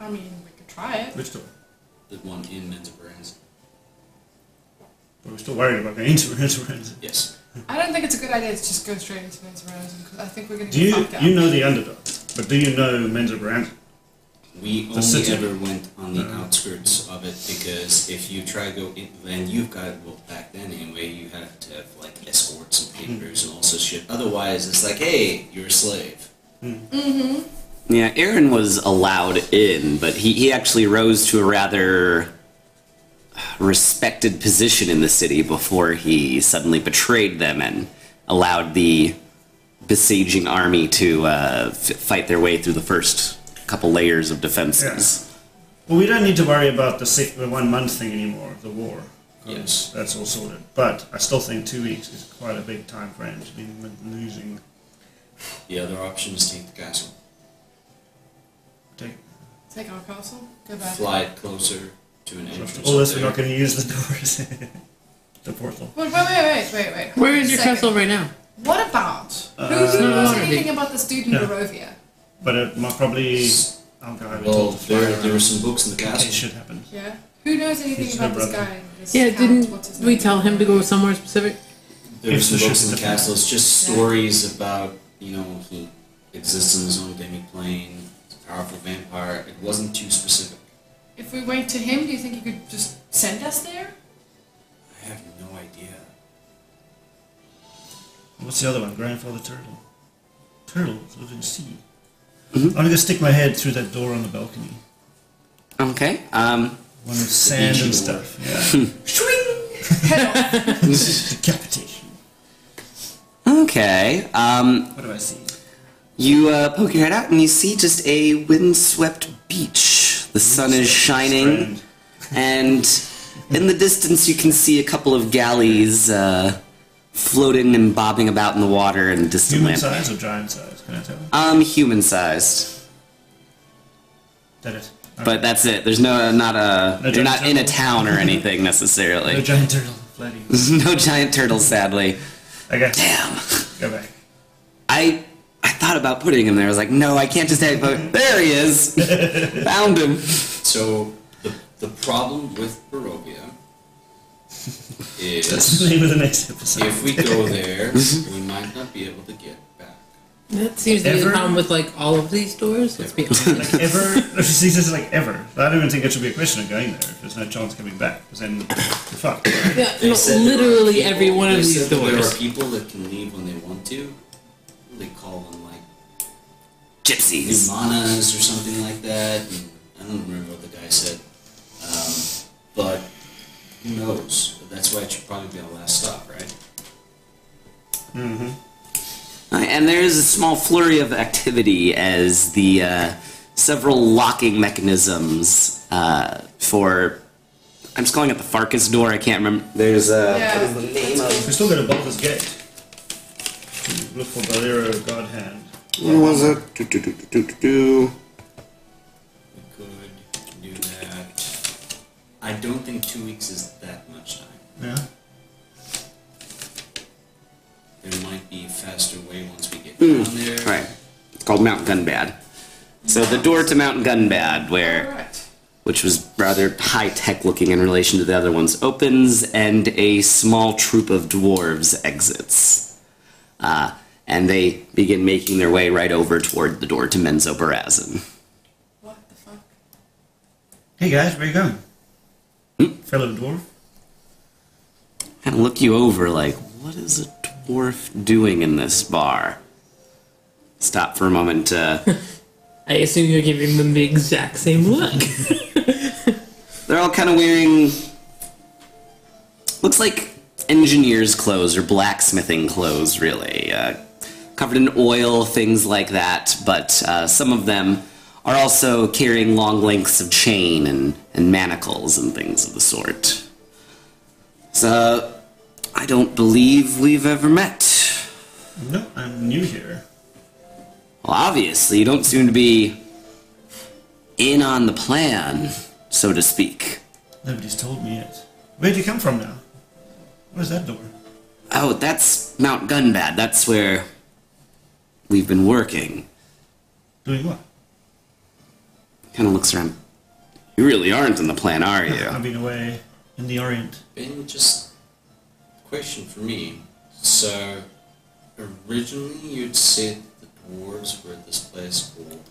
[SPEAKER 6] I mean, we could try it.
[SPEAKER 3] Which door?
[SPEAKER 2] The one in Men's Brands.
[SPEAKER 3] But we're still worried about going into Renzo
[SPEAKER 2] Yes.
[SPEAKER 6] I don't think it's a good idea to just go straight into men's rooms because I think we're gonna
[SPEAKER 3] Do
[SPEAKER 6] get
[SPEAKER 3] you
[SPEAKER 6] fucked up.
[SPEAKER 3] you know the underdog? But do you know Menza Brand?
[SPEAKER 2] We only
[SPEAKER 3] city. Mm-hmm.
[SPEAKER 2] ever went on the outskirts of it because if you try to go in, then you've got well back then anyway. You have to have like escorts and
[SPEAKER 3] Mm-hmm.
[SPEAKER 2] papers and all sorts of shit. Otherwise, it's like, hey, you're a slave.
[SPEAKER 1] yeah, Aaron was allowed in, but he, he actually rose to a rather respected position in the city before he suddenly betrayed them and allowed the besieging army to uh, f- fight their way through the first couple layers of defenses.
[SPEAKER 3] Well, we don't need to worry about the, six, the one month thing anymore, the war. 'cause
[SPEAKER 2] Yes.
[SPEAKER 3] That's all sorted. But I still think two weeks is quite a big time frame to be m- losing.
[SPEAKER 2] The other option is take the castle,
[SPEAKER 3] Take,
[SPEAKER 6] Take our castle. Go back.
[SPEAKER 2] fly it closer to an entrance.
[SPEAKER 3] all this,
[SPEAKER 2] up
[SPEAKER 3] we're
[SPEAKER 2] there.
[SPEAKER 3] not going to use the doors. the portal.
[SPEAKER 6] Wait, wait, wait, wait, wait, wait. Hold
[SPEAKER 4] Where
[SPEAKER 6] on a
[SPEAKER 4] is your
[SPEAKER 6] second.
[SPEAKER 4] castle Uh, right now?
[SPEAKER 6] What about? Who
[SPEAKER 4] no,
[SPEAKER 6] knows
[SPEAKER 4] no, no.
[SPEAKER 6] anything about this dude in
[SPEAKER 3] Yeah.
[SPEAKER 6] Barovia?
[SPEAKER 3] But it might probably. Our guy we
[SPEAKER 2] Well,
[SPEAKER 3] told to fly
[SPEAKER 2] there, there were
[SPEAKER 3] around
[SPEAKER 2] some books in the
[SPEAKER 3] in
[SPEAKER 2] castle.
[SPEAKER 3] case shit happens.
[SPEAKER 6] Yeah. Who knows anything
[SPEAKER 3] He's
[SPEAKER 6] about
[SPEAKER 3] her
[SPEAKER 6] this
[SPEAKER 3] brother.
[SPEAKER 6] guy? This
[SPEAKER 4] Yeah,
[SPEAKER 6] count, what's his
[SPEAKER 4] didn't we
[SPEAKER 6] name?
[SPEAKER 4] tell him to go somewhere specific?
[SPEAKER 2] There were
[SPEAKER 3] If
[SPEAKER 2] some
[SPEAKER 3] the
[SPEAKER 2] books
[SPEAKER 3] ship
[SPEAKER 2] in the
[SPEAKER 3] is a-
[SPEAKER 2] castle. It's just stories about, you know, he exists in his own demi plane, he's a powerful vampire. It wasn't too specific.
[SPEAKER 6] If we went to him, do you think he could just send us there?
[SPEAKER 2] I have no idea.
[SPEAKER 3] What's the other one? Grandfather Turtle. Turtles live in sea. I'm going to stick my head through that door on the balcony.
[SPEAKER 1] Okay. Um,
[SPEAKER 3] One of sand
[SPEAKER 2] beachy
[SPEAKER 3] and
[SPEAKER 2] door.
[SPEAKER 3] stuff. Yeah.
[SPEAKER 6] Shwing! Head off.
[SPEAKER 3] Decapitation.
[SPEAKER 1] okay. Um,
[SPEAKER 3] What do I see?
[SPEAKER 1] you uh, poke your head out and you see just a windswept beach. The sun is shining,
[SPEAKER 3] Friend.
[SPEAKER 1] and in the distance you can see a couple of galleys uh, floating and bobbing about in the water and distant
[SPEAKER 3] Human
[SPEAKER 1] lamp.
[SPEAKER 3] size or giant size? Can I tell?
[SPEAKER 1] Um, human-sized.
[SPEAKER 3] That it.
[SPEAKER 1] But that's it. There's no not a
[SPEAKER 3] No
[SPEAKER 1] you're not in a
[SPEAKER 3] giant turtle.
[SPEAKER 1] town or anything
[SPEAKER 3] no
[SPEAKER 1] necessarily.
[SPEAKER 3] giant turtle. Bloody.
[SPEAKER 1] no giant turtles, sadly.
[SPEAKER 3] Okay,
[SPEAKER 1] Damn.
[SPEAKER 3] go back.
[SPEAKER 1] I I thought about putting him there. I was like, no, I can't just have him. There he is. Found him.
[SPEAKER 2] So the, the problem with Barovia
[SPEAKER 3] That's the
[SPEAKER 2] is
[SPEAKER 3] name of the next episode.
[SPEAKER 2] if we go there, we might not be able to get back.
[SPEAKER 4] That seems to be the
[SPEAKER 3] Ever?
[SPEAKER 4] problem with like all of these doors. Let's be honest.
[SPEAKER 3] Like ever, see, this is like ever. I don't even think it should be a question of going there. If there's no chance coming back, because then fuck.
[SPEAKER 4] yeah,
[SPEAKER 2] They
[SPEAKER 4] no,
[SPEAKER 2] said there are
[SPEAKER 4] literally
[SPEAKER 2] people-
[SPEAKER 4] every one of
[SPEAKER 2] they
[SPEAKER 4] these
[SPEAKER 2] said that There
[SPEAKER 4] doors.
[SPEAKER 2] are people that can leave when they want to. They call them like
[SPEAKER 1] Gypsies.
[SPEAKER 2] Numanas or something like that. And I don't remember what the guy said. Um, but who knows? That's why it should probably be our last stop, right?
[SPEAKER 1] Alright, And there is a small flurry of activity as the uh, several locking mechanisms uh, for. I'm just calling it the Farkas door. I can't remember. There's a.
[SPEAKER 6] Yeah.
[SPEAKER 1] What is the name of?
[SPEAKER 3] We still got a Baldur's Gate. Look for Balero God Hand.
[SPEAKER 1] What was it? Do, do, do, do, do, do.
[SPEAKER 2] We could do that. I don't think two weeks is that much time.
[SPEAKER 3] Yeah.
[SPEAKER 2] There might be a faster way once we get
[SPEAKER 1] Mm.
[SPEAKER 2] down there.
[SPEAKER 1] Right. It's called Mount Gunbad. So the door to Mount Gunbad, where
[SPEAKER 6] Alright.
[SPEAKER 1] which was rather high tech looking in relation to the other ones, opens and a small troop of dwarves exits. Uh, and they begin making their way right over toward the door to Menzo Barazin.
[SPEAKER 6] What the fuck?
[SPEAKER 3] Hey guys, where you going? Fellow dwarf.
[SPEAKER 1] Kind of look you over like, what is a dwarf doing in this bar? Stop for a moment uh, to
[SPEAKER 4] I assume you're giving them the exact same look.
[SPEAKER 1] They're all kind of wearing. Looks like engineer's clothes or blacksmithing clothes, really. Uh, covered in oil, things like that, but uh, some of them are also carrying long lengths of chain and, and manacles and things of the sort. So, I don't believe we've ever met.
[SPEAKER 3] No, I'm new here.
[SPEAKER 1] Well, obviously, you don't seem to be in on the plan, so to speak.
[SPEAKER 3] Nobody's told me yet. Where'd you come from now? Where's that door?
[SPEAKER 1] Oh, that's Mount Gunbad. That's where we've been working.
[SPEAKER 3] Doing what?
[SPEAKER 1] Kind of looks around. You really aren't in the plan, are
[SPEAKER 3] I've
[SPEAKER 1] you?
[SPEAKER 3] been away in the Orient.
[SPEAKER 2] Ben, just question for me. So, originally you'd said the dwarves were at this place called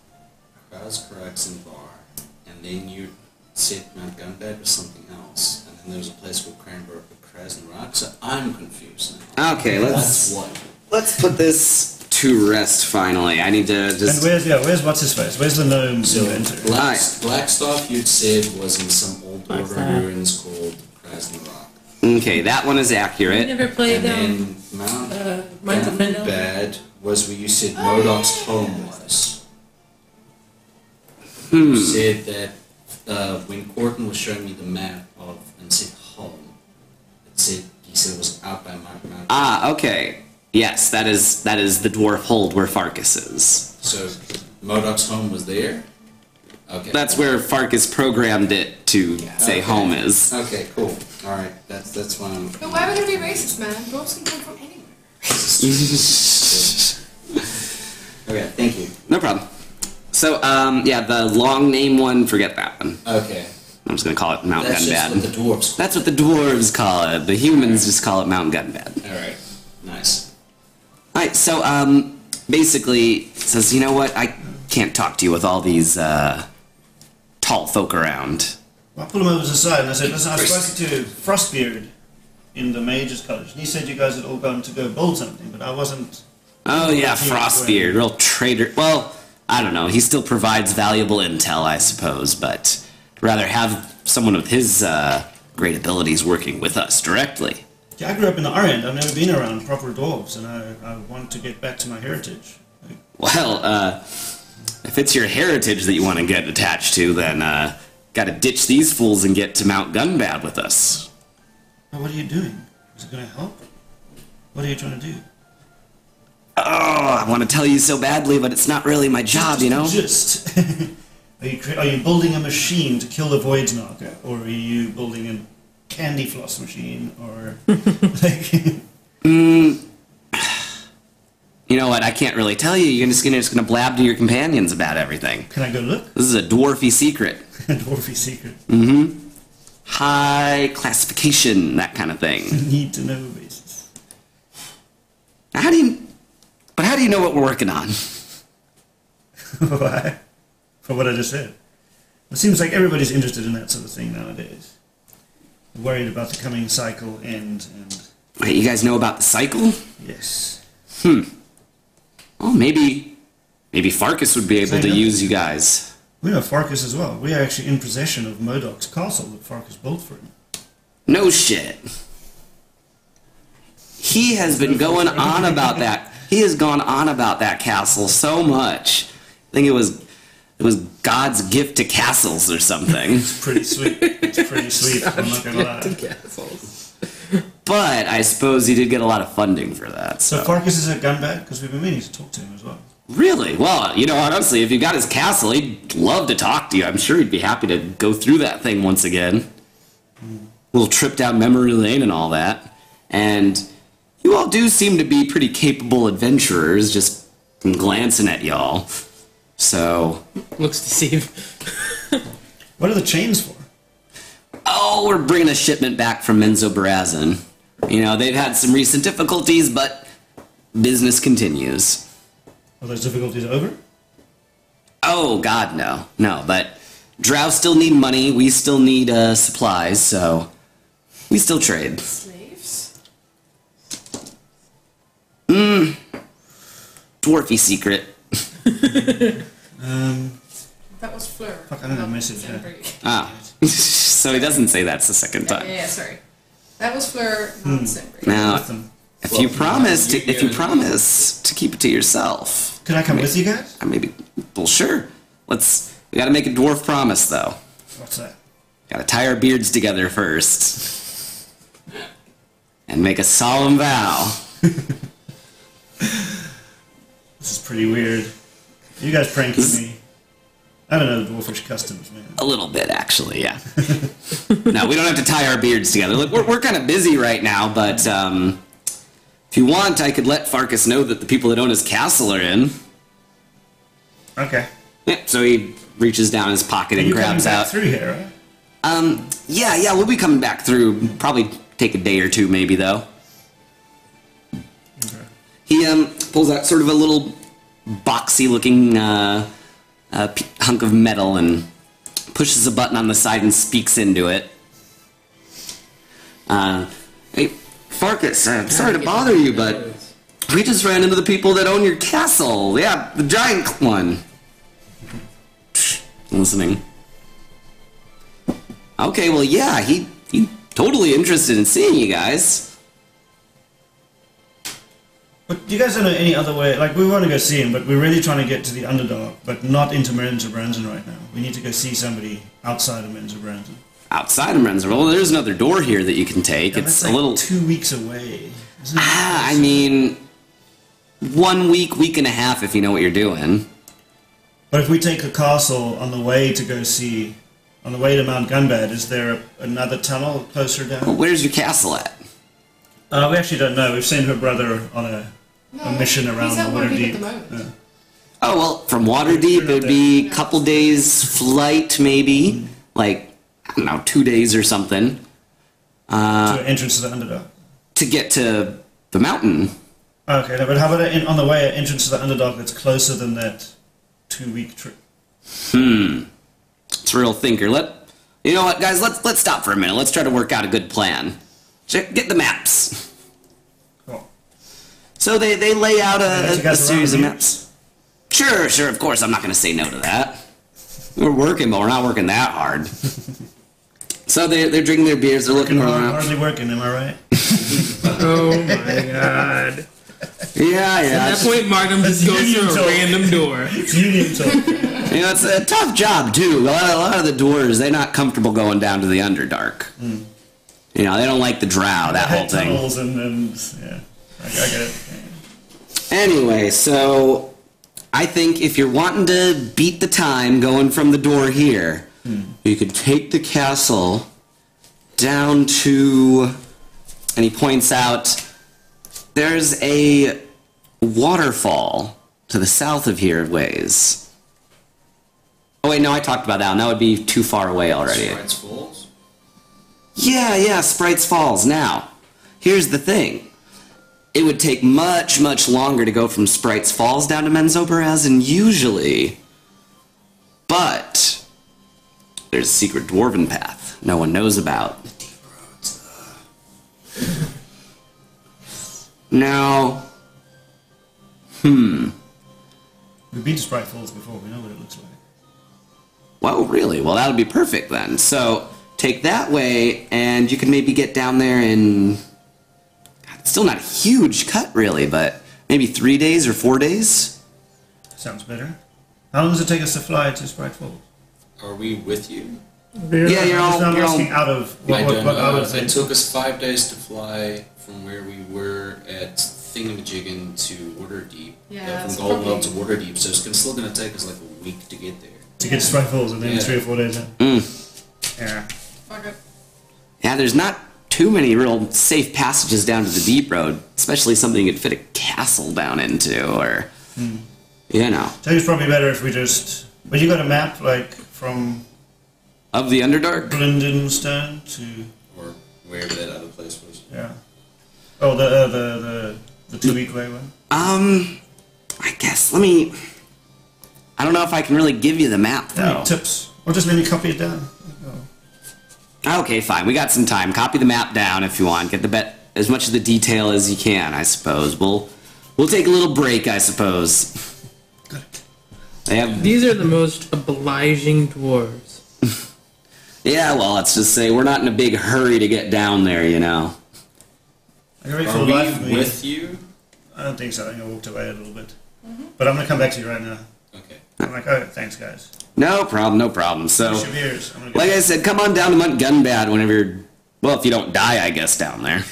[SPEAKER 2] Krause Karaxin Bar, and then you said Mount Gunbad was something else, and then there was a place called Cranbrook Krasn Rock, so I'm confused now.
[SPEAKER 1] Okay, let's
[SPEAKER 2] That's what?
[SPEAKER 1] let's put this to rest. Finally, I need to
[SPEAKER 3] And
[SPEAKER 1] just.
[SPEAKER 3] where's yeah? Where's what's his face? Where's the gnome
[SPEAKER 2] So,
[SPEAKER 3] who entered?
[SPEAKER 2] Black,
[SPEAKER 1] Aye.
[SPEAKER 2] Blackstaff you'd said was in some old order
[SPEAKER 4] Blackstaff.
[SPEAKER 2] ruins called Krasn Rock.
[SPEAKER 1] Okay, that one is
[SPEAKER 4] I
[SPEAKER 1] accurate.
[SPEAKER 4] never played
[SPEAKER 2] And
[SPEAKER 4] um,
[SPEAKER 2] then Mount
[SPEAKER 4] uh, Michael Fendel.
[SPEAKER 2] Bad was where you said Modoc's home was.
[SPEAKER 1] Hmm.
[SPEAKER 2] You said that uh, when Corton was showing me the map of and said home, it said he said it was out by Mount Mount.
[SPEAKER 1] Ah, okay. Yes, that is that is the dwarf hold where Farkas is.
[SPEAKER 2] So Modoc's home was there. Okay.
[SPEAKER 1] That's where Farkas programmed it to say
[SPEAKER 2] Okay.
[SPEAKER 1] home is.
[SPEAKER 2] Okay, cool. All right, that's that's why I'm.
[SPEAKER 6] But why would it be racist, man? Dwarves can come from anywhere.
[SPEAKER 2] okay, thank you.
[SPEAKER 1] No problem. So, um, yeah, the long name one, forget that one.
[SPEAKER 2] Okay,
[SPEAKER 1] I'm just gonna call it Mount
[SPEAKER 2] that's just what
[SPEAKER 1] Gunbad.
[SPEAKER 2] the dwarves.
[SPEAKER 1] That's what the dwarves call it. The humans just call it Mount Gunbad.
[SPEAKER 2] All right, nice.
[SPEAKER 1] Alright, so um basically says, you know what, I can't talk to you with all these uh tall folk around.
[SPEAKER 3] I pulled him over to the side and I said, "Listen, I spoke to Frostbeard in the Mages College, and he said you guys had all gone to go build something, but I wasn't.
[SPEAKER 1] Oh yeah,
[SPEAKER 3] Yeah,
[SPEAKER 1] Frostbeard, real traitor well, I don't know, he still provides valuable intel, I suppose, but I'd rather have someone with his uh great abilities working with us directly.
[SPEAKER 3] Yeah, I grew up in the Orient. I've never been around proper dwarves, and I, I want to get back to my heritage.
[SPEAKER 1] Well, uh, if it's your heritage that you want to get attached to, then uh, gotta ditch these fools and get to Mount Gunbad with us.
[SPEAKER 3] But what are you doing? Is it going to help? What are you trying to do?
[SPEAKER 1] Oh, I want to tell you so badly, but it's not really my job, you know?
[SPEAKER 3] Just. are, you cre- are you building a machine to kill the Void Knocker? Or are you building a candy floss machine? Or. like.
[SPEAKER 1] You know what? I can't really tell you. You're just gonna, just gonna blab to your companions about everything.
[SPEAKER 3] Can I go look?
[SPEAKER 1] This is a dwarfy secret.
[SPEAKER 3] Dwarfy secret.
[SPEAKER 1] High classification, that kind of thing.
[SPEAKER 3] Need to know basis.
[SPEAKER 1] How do you. But how do you know what we're working on?
[SPEAKER 3] Why? For what I just said. It seems like everybody's interested in that sort of thing nowadays. Worried about the coming cycle end and.
[SPEAKER 1] Wait, you guys know about the cycle?
[SPEAKER 3] Yes.
[SPEAKER 1] Oh, maybe. Maybe Farkas would be able
[SPEAKER 3] Say
[SPEAKER 1] to
[SPEAKER 3] no.
[SPEAKER 1] use you guys.
[SPEAKER 3] We know Farkas as well. We are actually in possession of Modoc's castle that Farkas built for him.
[SPEAKER 1] No shit. He has been going on about that. He has gone on about that castle so much. I think it was it was God's gift to castles or something.
[SPEAKER 3] It's pretty sweet. It's pretty sweet. I'm not gonna lie.
[SPEAKER 1] but I suppose he did get a lot of funding for that.
[SPEAKER 3] So
[SPEAKER 1] So
[SPEAKER 3] Farkas is at Gunback because we've been meaning to talk to him as well.
[SPEAKER 1] really, well, you know, honestly, if you got his castle, he'd love to talk to you. I'm sure he'd be happy to go through that thing once again. Little trip down memory lane and all that. And you all do seem to be pretty capable adventurers, just from glancing at y'all. So,
[SPEAKER 4] Looks deceived.
[SPEAKER 3] What are the chains for?
[SPEAKER 1] oh, we're bringing a shipment back from Menzo Barazin. You know, they've had some recent difficulties, but business continues.
[SPEAKER 3] Are those difficulties over?
[SPEAKER 1] Oh God, no, no. But Drow still need money. We still need uh, supplies, so we still trade.
[SPEAKER 6] Slaves?
[SPEAKER 1] Dwarfy secret.
[SPEAKER 6] That was Fleur.
[SPEAKER 3] Fuck, I don't have a message there.
[SPEAKER 1] Ah, so he doesn't say that's the second
[SPEAKER 6] Yeah, yeah,
[SPEAKER 1] time.
[SPEAKER 6] yeah, sorry. That was Fleur,
[SPEAKER 3] Hmm.
[SPEAKER 6] not Simbri.
[SPEAKER 1] Now,
[SPEAKER 3] Awesome.
[SPEAKER 1] if you promise, to,
[SPEAKER 2] you-
[SPEAKER 1] if you
[SPEAKER 2] yeah.
[SPEAKER 1] promise to keep it to yourself,
[SPEAKER 3] Could I come with you guys?
[SPEAKER 1] I maybe. Well, sure. Let's. We gotta make a dwarf promise though.
[SPEAKER 3] What's that?
[SPEAKER 1] Gotta tie our beards together first. And make a solemn vow.
[SPEAKER 3] This is pretty weird. You guys pranking me. I don't know the dwarfish customs, man.
[SPEAKER 1] A little bit, actually, yeah. no, we don't have to tie our beards together. Look, we're, we're kind of busy right now, but um, if you want, I could let Farkas know that the people that own his castle are in.
[SPEAKER 3] Okay.
[SPEAKER 1] Yeah, so he reaches down his pocket and
[SPEAKER 3] You're coming
[SPEAKER 1] grabs
[SPEAKER 3] back
[SPEAKER 1] out.
[SPEAKER 3] through here, right?
[SPEAKER 1] Um, Yeah, yeah, we'll be coming back through. Probably take a day or two, maybe though. He um, pulls out sort of a little boxy-looking uh, uh, p- hunk of metal and pushes a button on the side and speaks into it. Uh, hey, Farkas, uh, sorry to bother you, but we just ran into the people that own your castle. Yeah, the giant one. Listening. Okay, well, yeah, he he totally interested in seeing you guys.
[SPEAKER 3] But you guys don't know any other way. Like, we want to go see him, but we're really trying to get to the underdog, but not into Marenza Branson right now. We need to go see somebody outside of Marenza Branson.
[SPEAKER 1] Outside of Renzer, well, there's another door here that you can take.
[SPEAKER 3] And
[SPEAKER 1] it's
[SPEAKER 3] that's like
[SPEAKER 1] a little.
[SPEAKER 3] two weeks away. Isn't it?
[SPEAKER 1] Ah, I mean, one week, week and a half, if you know what you're doing.
[SPEAKER 3] But if we take the castle on the way to go see, on the way to Mount Gunbad, is there a, another tunnel closer down?
[SPEAKER 1] Where's your castle at?
[SPEAKER 3] Uh, we actually don't know. We've sent her brother on a, a mission around
[SPEAKER 6] he's at
[SPEAKER 3] the water
[SPEAKER 6] Waterdeep
[SPEAKER 3] deep.
[SPEAKER 6] at the moment.
[SPEAKER 3] Yeah.
[SPEAKER 1] Oh well, from Waterdeep, it'd be a couple days flight, maybe like I don't know, two days or something Uh,
[SPEAKER 3] to entrance to the underdog.
[SPEAKER 1] to get to the mountain.
[SPEAKER 3] Okay, no, but how about in, on the way, an entrance to the underdog that's closer than that two-week trip?
[SPEAKER 1] It's a real thinker. Let you know what, guys. Let's let's stop for a minute. Let's try to work out a good plan. Check, get the maps.
[SPEAKER 3] Cool.
[SPEAKER 1] So they they lay out
[SPEAKER 3] Yeah,
[SPEAKER 1] a,
[SPEAKER 3] you
[SPEAKER 1] a, a
[SPEAKER 3] guys around
[SPEAKER 1] series of
[SPEAKER 3] here?
[SPEAKER 1] maps. Sure, sure. Of course, I'm not going to say no to that. We're working, but we're not working that hard. so they they're drinking their beers. They're looking
[SPEAKER 3] Working hard,
[SPEAKER 1] around.
[SPEAKER 3] hardly working, am I right?
[SPEAKER 5] Oh my god.
[SPEAKER 1] Yeah, yeah.
[SPEAKER 5] At
[SPEAKER 1] it's-
[SPEAKER 5] that point, Martin just
[SPEAKER 3] That's
[SPEAKER 5] goes
[SPEAKER 3] union
[SPEAKER 5] through a
[SPEAKER 3] talk.
[SPEAKER 5] random door.
[SPEAKER 3] It's union talk.
[SPEAKER 1] You know, it's a tough job too. A lot, a lot of the dwarves, they're not comfortable going down to the underdark.
[SPEAKER 3] Mm.
[SPEAKER 1] You know, they don't like the drow, that whole
[SPEAKER 3] Hat
[SPEAKER 1] thing.
[SPEAKER 3] tunnels and, and yeah, I, I get it.
[SPEAKER 1] Anyway, so I think if you're wanting to beat the time going from the door here, you could take the castle down to. And he points out there's a waterfall to the south of here ways. Oh wait, no, I talked about that. One. That would be too far away already.
[SPEAKER 2] Sprite's Falls?
[SPEAKER 1] Yeah, yeah, Sprites Falls. Now, here's the thing. It would take much, much longer to go from Sprites Falls down to Menzoberranzan than usually. But there's a secret dwarven path no one knows about. Now,
[SPEAKER 3] We've been to Sprite Falls before. We know what it looks like.
[SPEAKER 1] Well, really? Well, that would be perfect then. So take that way, and you can maybe get down there in. God, it's still not a huge cut, really, but maybe three days or four days.
[SPEAKER 3] Sounds better. How long does it take us to fly to Sprite Falls?
[SPEAKER 2] Are we with you?
[SPEAKER 1] Yeah, you're all-
[SPEAKER 3] Just now I'm
[SPEAKER 1] you're all-
[SPEAKER 3] asking out of what,
[SPEAKER 2] I
[SPEAKER 3] what,
[SPEAKER 2] don't
[SPEAKER 3] what
[SPEAKER 2] know.
[SPEAKER 3] hours
[SPEAKER 2] It
[SPEAKER 3] it
[SPEAKER 2] took us five days to fly from where we were at Thingamajiggan to Waterdeep. Uh,
[SPEAKER 6] Yeah,
[SPEAKER 2] from
[SPEAKER 6] that's
[SPEAKER 2] Goldwell
[SPEAKER 6] probably-
[SPEAKER 2] to Waterdeep, so it's gonna- still going to take us like a week to get there.
[SPEAKER 3] to get to Sprite Falls and then
[SPEAKER 2] Yeah.
[SPEAKER 3] three or four days out.
[SPEAKER 1] Mm.
[SPEAKER 3] Yeah.
[SPEAKER 6] Fuck it.
[SPEAKER 1] Yeah, there's not too many real safe passages down to the deep road, especially something you could fit a castle down into, or. You know.
[SPEAKER 3] So it's probably better if we just. But you got a map like from
[SPEAKER 1] Of the Underdark?
[SPEAKER 3] Blindenstone to
[SPEAKER 2] Or wherever that other place was.
[SPEAKER 3] yeah. Oh, the uh, the the, the two week way one.
[SPEAKER 1] Um, I guess let me. I don't know if I can really give you the map
[SPEAKER 3] Any
[SPEAKER 1] though.
[SPEAKER 3] tips? Or just let me copy it down.
[SPEAKER 1] Okay, fine. We got some time. Copy the map down if you want. Get the bet as much of the detail as you can. I suppose we'll we'll take a little break. I suppose. They have,
[SPEAKER 4] These are the most obliging dwarves.
[SPEAKER 1] yeah. Well, let's just say we're not in a big hurry to get down there. You know.
[SPEAKER 3] I can read for
[SPEAKER 2] Are
[SPEAKER 3] the life of
[SPEAKER 2] we
[SPEAKER 3] me.
[SPEAKER 2] with you?
[SPEAKER 3] I don't think so. I think I walked away a little bit. But I'm going to come back to you right now.
[SPEAKER 2] Okay.
[SPEAKER 3] I'm like, oh, thanks, guys.
[SPEAKER 1] No problem. No problem. So.
[SPEAKER 2] Oh.
[SPEAKER 3] Push your ears. I'm going to
[SPEAKER 1] Like I said, come on down to Montgunbad whenever you're. Well, if you don't die, I guess, down there.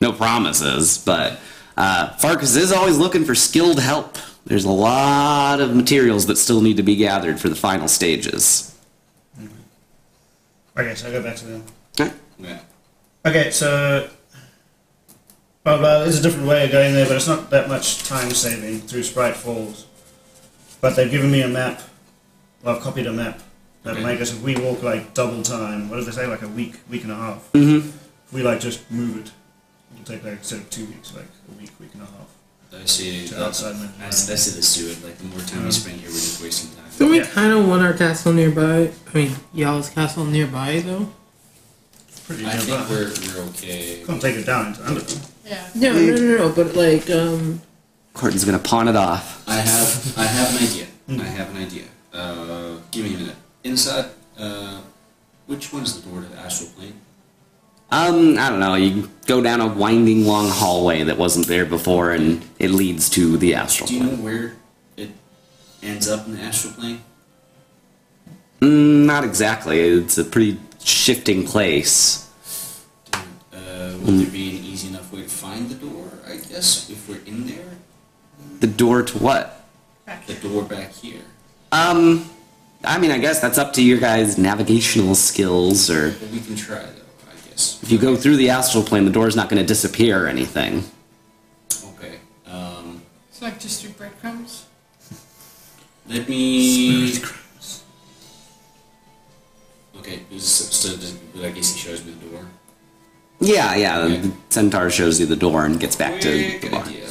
[SPEAKER 1] no promises, but uh, Farkas is always looking for skilled help. There's a lot of materials that still need to be gathered for the final stages.
[SPEAKER 3] Okay, so I go back to them.
[SPEAKER 1] Okay.
[SPEAKER 2] Yeah.
[SPEAKER 3] Okay, so blah blah. There's a different way of going there, but it's not that much time saving through Sprite Falls. But they've given me a map. Well, I've copied a map that'll
[SPEAKER 2] Okay.
[SPEAKER 3] make us if we walk like double time. What did they say? Like a week, week and a half.
[SPEAKER 2] Mm-hmm.
[SPEAKER 1] Mhm.
[SPEAKER 3] If we like just move it, it'll take like instead of two weeks, like a week, week and a half.
[SPEAKER 2] I see.
[SPEAKER 3] To
[SPEAKER 2] that-
[SPEAKER 3] outside my-
[SPEAKER 2] I, I see this do it. Like the more time you spend here, we're just wasting time.
[SPEAKER 4] Don't we
[SPEAKER 3] Yeah.
[SPEAKER 4] kind of want our castle nearby? I mean, y'all's castle nearby, though?
[SPEAKER 3] It's pretty
[SPEAKER 2] I
[SPEAKER 3] nearby.
[SPEAKER 2] think we're we're okay.
[SPEAKER 3] Can't take it down. It's under them.
[SPEAKER 6] Yeah.
[SPEAKER 4] No, no, no, no, but like, um,
[SPEAKER 1] Corton's gonna pawn it off.
[SPEAKER 2] I have I have an idea.
[SPEAKER 3] Hmm.
[SPEAKER 2] I have an idea. Uh, give me a minute. Inside, uh, which one is the door to the astral plane?
[SPEAKER 1] Um, I don't know. You go down a winding long hallway that wasn't there before, and it leads to the astral
[SPEAKER 2] Do you know
[SPEAKER 1] plane.
[SPEAKER 2] where it ends up in the astral plane?
[SPEAKER 1] Mm, not exactly. It's a pretty shifting place.
[SPEAKER 2] Uh, would there be an easy enough way to find the door? I guess if we're in there,
[SPEAKER 1] The door to what?
[SPEAKER 6] Back
[SPEAKER 2] the
[SPEAKER 6] here.
[SPEAKER 2] door back here.
[SPEAKER 1] Um, I mean, I guess that's up to your guys' navigational skills, or
[SPEAKER 2] But we can try though. I guess.
[SPEAKER 1] if you go through the astral plane, the door's not going to disappear or anything.
[SPEAKER 2] Okay. Um,
[SPEAKER 6] It's like just through breadcrumbs.
[SPEAKER 2] let me. Okay. is- So, so does- I guess he shows me the door.
[SPEAKER 1] Yeah, yeah. The centaur shows you the door and gets back to
[SPEAKER 2] Quick
[SPEAKER 1] the bar.
[SPEAKER 2] idea.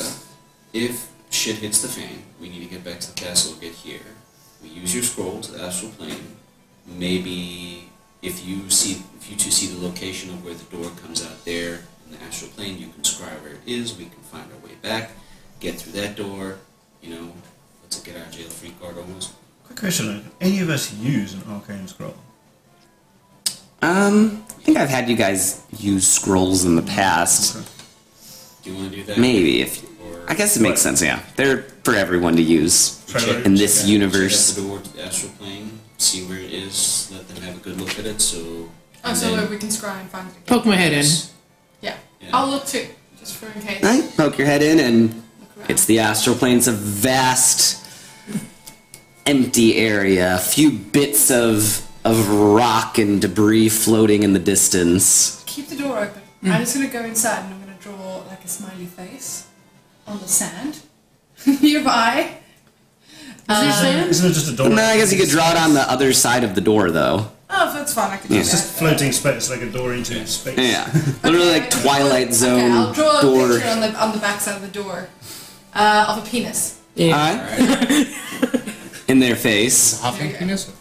[SPEAKER 2] If shit hits the fan, we need to get back to the castle, get here. We use your scroll to the astral plane. Maybe if you see if you two see the location of where the door comes out there in the astral plane, you can scry where it is, we can find our way back, get through that door, you know, let's get our jail free card almost.
[SPEAKER 3] Quick question: though. Can Any of us use an arcane scroll?
[SPEAKER 1] Um, I think I've had you guys use scrolls in the past.
[SPEAKER 2] Do you wanna do that?
[SPEAKER 1] Maybe if
[SPEAKER 2] Or
[SPEAKER 1] I guess it makes sense. Yeah, they're for everyone to use
[SPEAKER 3] Try
[SPEAKER 2] Check-
[SPEAKER 1] in
[SPEAKER 3] to-
[SPEAKER 1] this
[SPEAKER 2] Check
[SPEAKER 1] universe.
[SPEAKER 2] out the door to the astral plane, see where it is, let them have a good look at it, so
[SPEAKER 6] Oh,
[SPEAKER 2] and
[SPEAKER 6] so
[SPEAKER 2] then-
[SPEAKER 6] we can scry and find it again.
[SPEAKER 4] poke my head in.
[SPEAKER 6] Yeah.
[SPEAKER 2] Yeah.
[SPEAKER 6] I'll look too, just for in case.
[SPEAKER 1] Right? Poke your head in, and
[SPEAKER 6] Look around.
[SPEAKER 1] It's the astral plane. It's a vast, empty area. A few bits of of rock and debris floating in the distance.
[SPEAKER 6] Keep the door open.
[SPEAKER 2] Hmm.
[SPEAKER 6] I'm just gonna go inside and I'm gonna draw like a smiley face on the sand nearby.
[SPEAKER 3] Isn't it just a door?
[SPEAKER 1] No, I guess you could draw it on the other side of the door, though.
[SPEAKER 6] Oh, that's fine. I can do
[SPEAKER 1] Yeah.
[SPEAKER 3] It's just
[SPEAKER 6] that.
[SPEAKER 3] floating space, like a door into space.
[SPEAKER 1] Yeah, literally like Twilight
[SPEAKER 6] Okay,
[SPEAKER 1] Zone
[SPEAKER 6] I'll draw a
[SPEAKER 1] door.
[SPEAKER 6] picture on the on the backside of the door uh, of a penis.
[SPEAKER 4] Yeah.
[SPEAKER 1] Huh? in their face.
[SPEAKER 5] Hopping penis?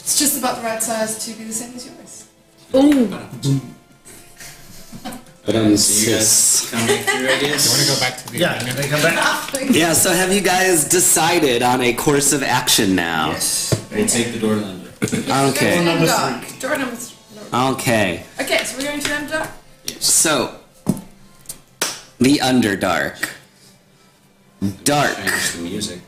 [SPEAKER 6] It's just about the right size to be the same as yours.
[SPEAKER 4] oh,
[SPEAKER 1] But
[SPEAKER 2] Okay,
[SPEAKER 1] I'm
[SPEAKER 2] so you guys
[SPEAKER 1] cis.
[SPEAKER 2] come back through, I
[SPEAKER 5] You want to
[SPEAKER 2] guess.
[SPEAKER 5] go back to the
[SPEAKER 3] Yeah,
[SPEAKER 5] arena?
[SPEAKER 3] they come back.
[SPEAKER 1] Yeah. So have you guys decided on a course of action now?
[SPEAKER 2] We'll take the door lender.
[SPEAKER 6] Door
[SPEAKER 1] Okay.
[SPEAKER 6] number
[SPEAKER 3] Number
[SPEAKER 6] dark. Door number three. no.
[SPEAKER 1] Okay.
[SPEAKER 6] Okay, so we're going to number dark.
[SPEAKER 1] So, the Underdark. Dark,
[SPEAKER 2] Change the music.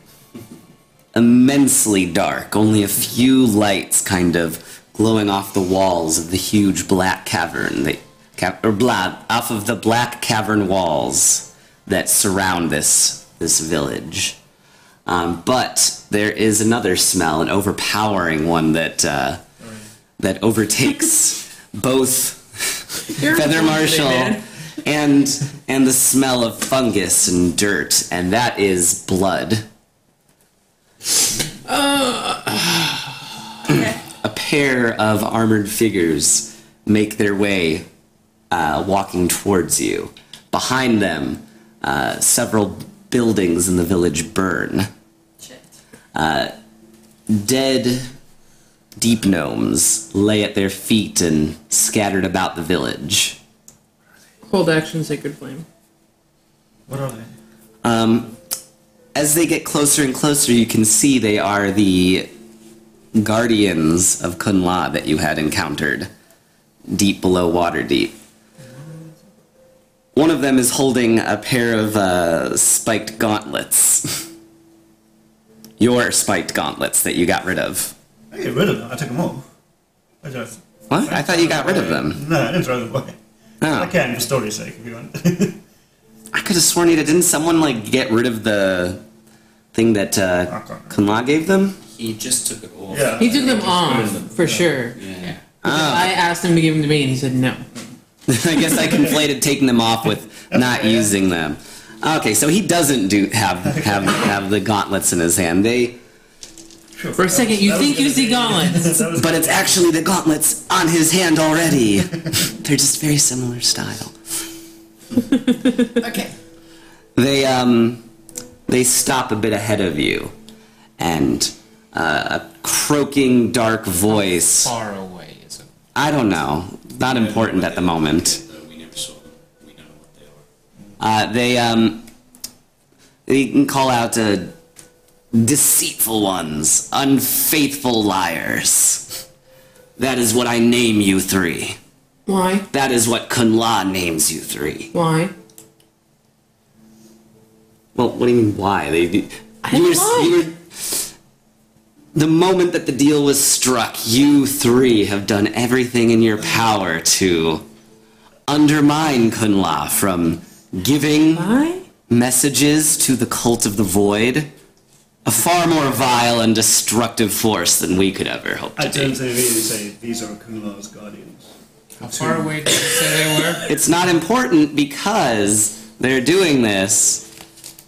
[SPEAKER 1] immensely dark, only a few lights kind of glowing off the walls of the huge black cavern, that, ca- or blah, off of the black cavern walls that surround this, this village. Um, but there is another smell, an overpowering one that, uh, that overtakes both
[SPEAKER 4] you're
[SPEAKER 1] Feather
[SPEAKER 4] a woman today,
[SPEAKER 1] Marshall
[SPEAKER 4] man.
[SPEAKER 1] and and the smell of fungus and dirt, and that is blood.
[SPEAKER 6] Okay.
[SPEAKER 1] A pair of armored figures make their way, uh, walking towards you. Behind them, uh, several buildings in the village burn.
[SPEAKER 6] Shit.
[SPEAKER 1] Dead deep gnomes lay at their feet and scattered about the village.
[SPEAKER 4] Hold action, sacred flame.
[SPEAKER 3] What are they?
[SPEAKER 1] As they get closer and closer, you can see they are the guardians of Kun La that you had encountered deep below water deep. One of them is holding a pair of uh, spiked gauntlets. Your spiked gauntlets that you got rid of.
[SPEAKER 3] I get rid of them. I took them all. I just.
[SPEAKER 1] What? I thought you got rid of them.
[SPEAKER 3] No, I didn't throw them away.
[SPEAKER 1] Oh.
[SPEAKER 3] I can for story's sake if you want.
[SPEAKER 1] I could have sworn you didn't someone like get rid of the thing that uh, Kunla gave them?
[SPEAKER 2] He just took it off.
[SPEAKER 3] Yeah.
[SPEAKER 4] He took them
[SPEAKER 2] burned them.
[SPEAKER 4] off for sure.
[SPEAKER 2] Yeah.
[SPEAKER 4] I asked him to give them to me, and he said no.
[SPEAKER 1] I guess I conflated taking them off with not using them. Okay, so he doesn't do have have have the gauntlets in his hand. They,
[SPEAKER 4] For a second, you
[SPEAKER 3] That was
[SPEAKER 4] think you
[SPEAKER 3] gonna
[SPEAKER 4] see
[SPEAKER 3] be-
[SPEAKER 4] gauntlets.
[SPEAKER 3] that was
[SPEAKER 1] but it's actually the gauntlets on his hand already. They're just very similar style.
[SPEAKER 6] Okay.
[SPEAKER 1] They um, they stop a bit ahead of you, and uh, a croaking dark voice.
[SPEAKER 5] Far away is it?
[SPEAKER 1] I don't know. Not important at the moment.
[SPEAKER 2] Though we never saw them. We know what they are.
[SPEAKER 1] Uh, they um, they can call out uh, deceitful ones, unfaithful liars. That is what I name you three.
[SPEAKER 4] Why?
[SPEAKER 1] That is what Kunla names you three.
[SPEAKER 4] Why?
[SPEAKER 1] Well, what do you mean? Why they?
[SPEAKER 4] don't
[SPEAKER 1] you were, you were, the moment that the deal was struck, you three have done everything in your power to undermine Kunla from giving
[SPEAKER 4] Why?
[SPEAKER 1] messages to the cult of the void, a far more vile and destructive force than we could ever hope
[SPEAKER 3] I
[SPEAKER 1] to
[SPEAKER 3] turn
[SPEAKER 1] be.
[SPEAKER 3] to really say these are Kunla's guardians.
[SPEAKER 5] How far away did you say they were?
[SPEAKER 1] It's not important because they're doing this,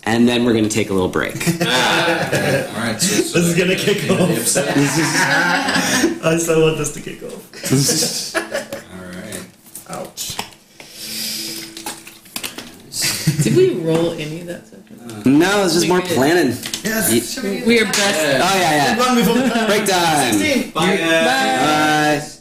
[SPEAKER 1] and then we're going to take a little break.
[SPEAKER 2] All right. So, so
[SPEAKER 3] This is gonna kick
[SPEAKER 2] They
[SPEAKER 3] off.
[SPEAKER 2] upset.
[SPEAKER 3] I so want this to kick off.
[SPEAKER 2] All right.
[SPEAKER 3] Ouch.
[SPEAKER 4] Did we roll any of that section?
[SPEAKER 1] no, it's just more planning.
[SPEAKER 3] Yes.
[SPEAKER 4] We are best.
[SPEAKER 1] Oh, yeah, yeah.
[SPEAKER 3] Run before the
[SPEAKER 1] Break time.
[SPEAKER 2] Bye. guys.
[SPEAKER 1] Bye.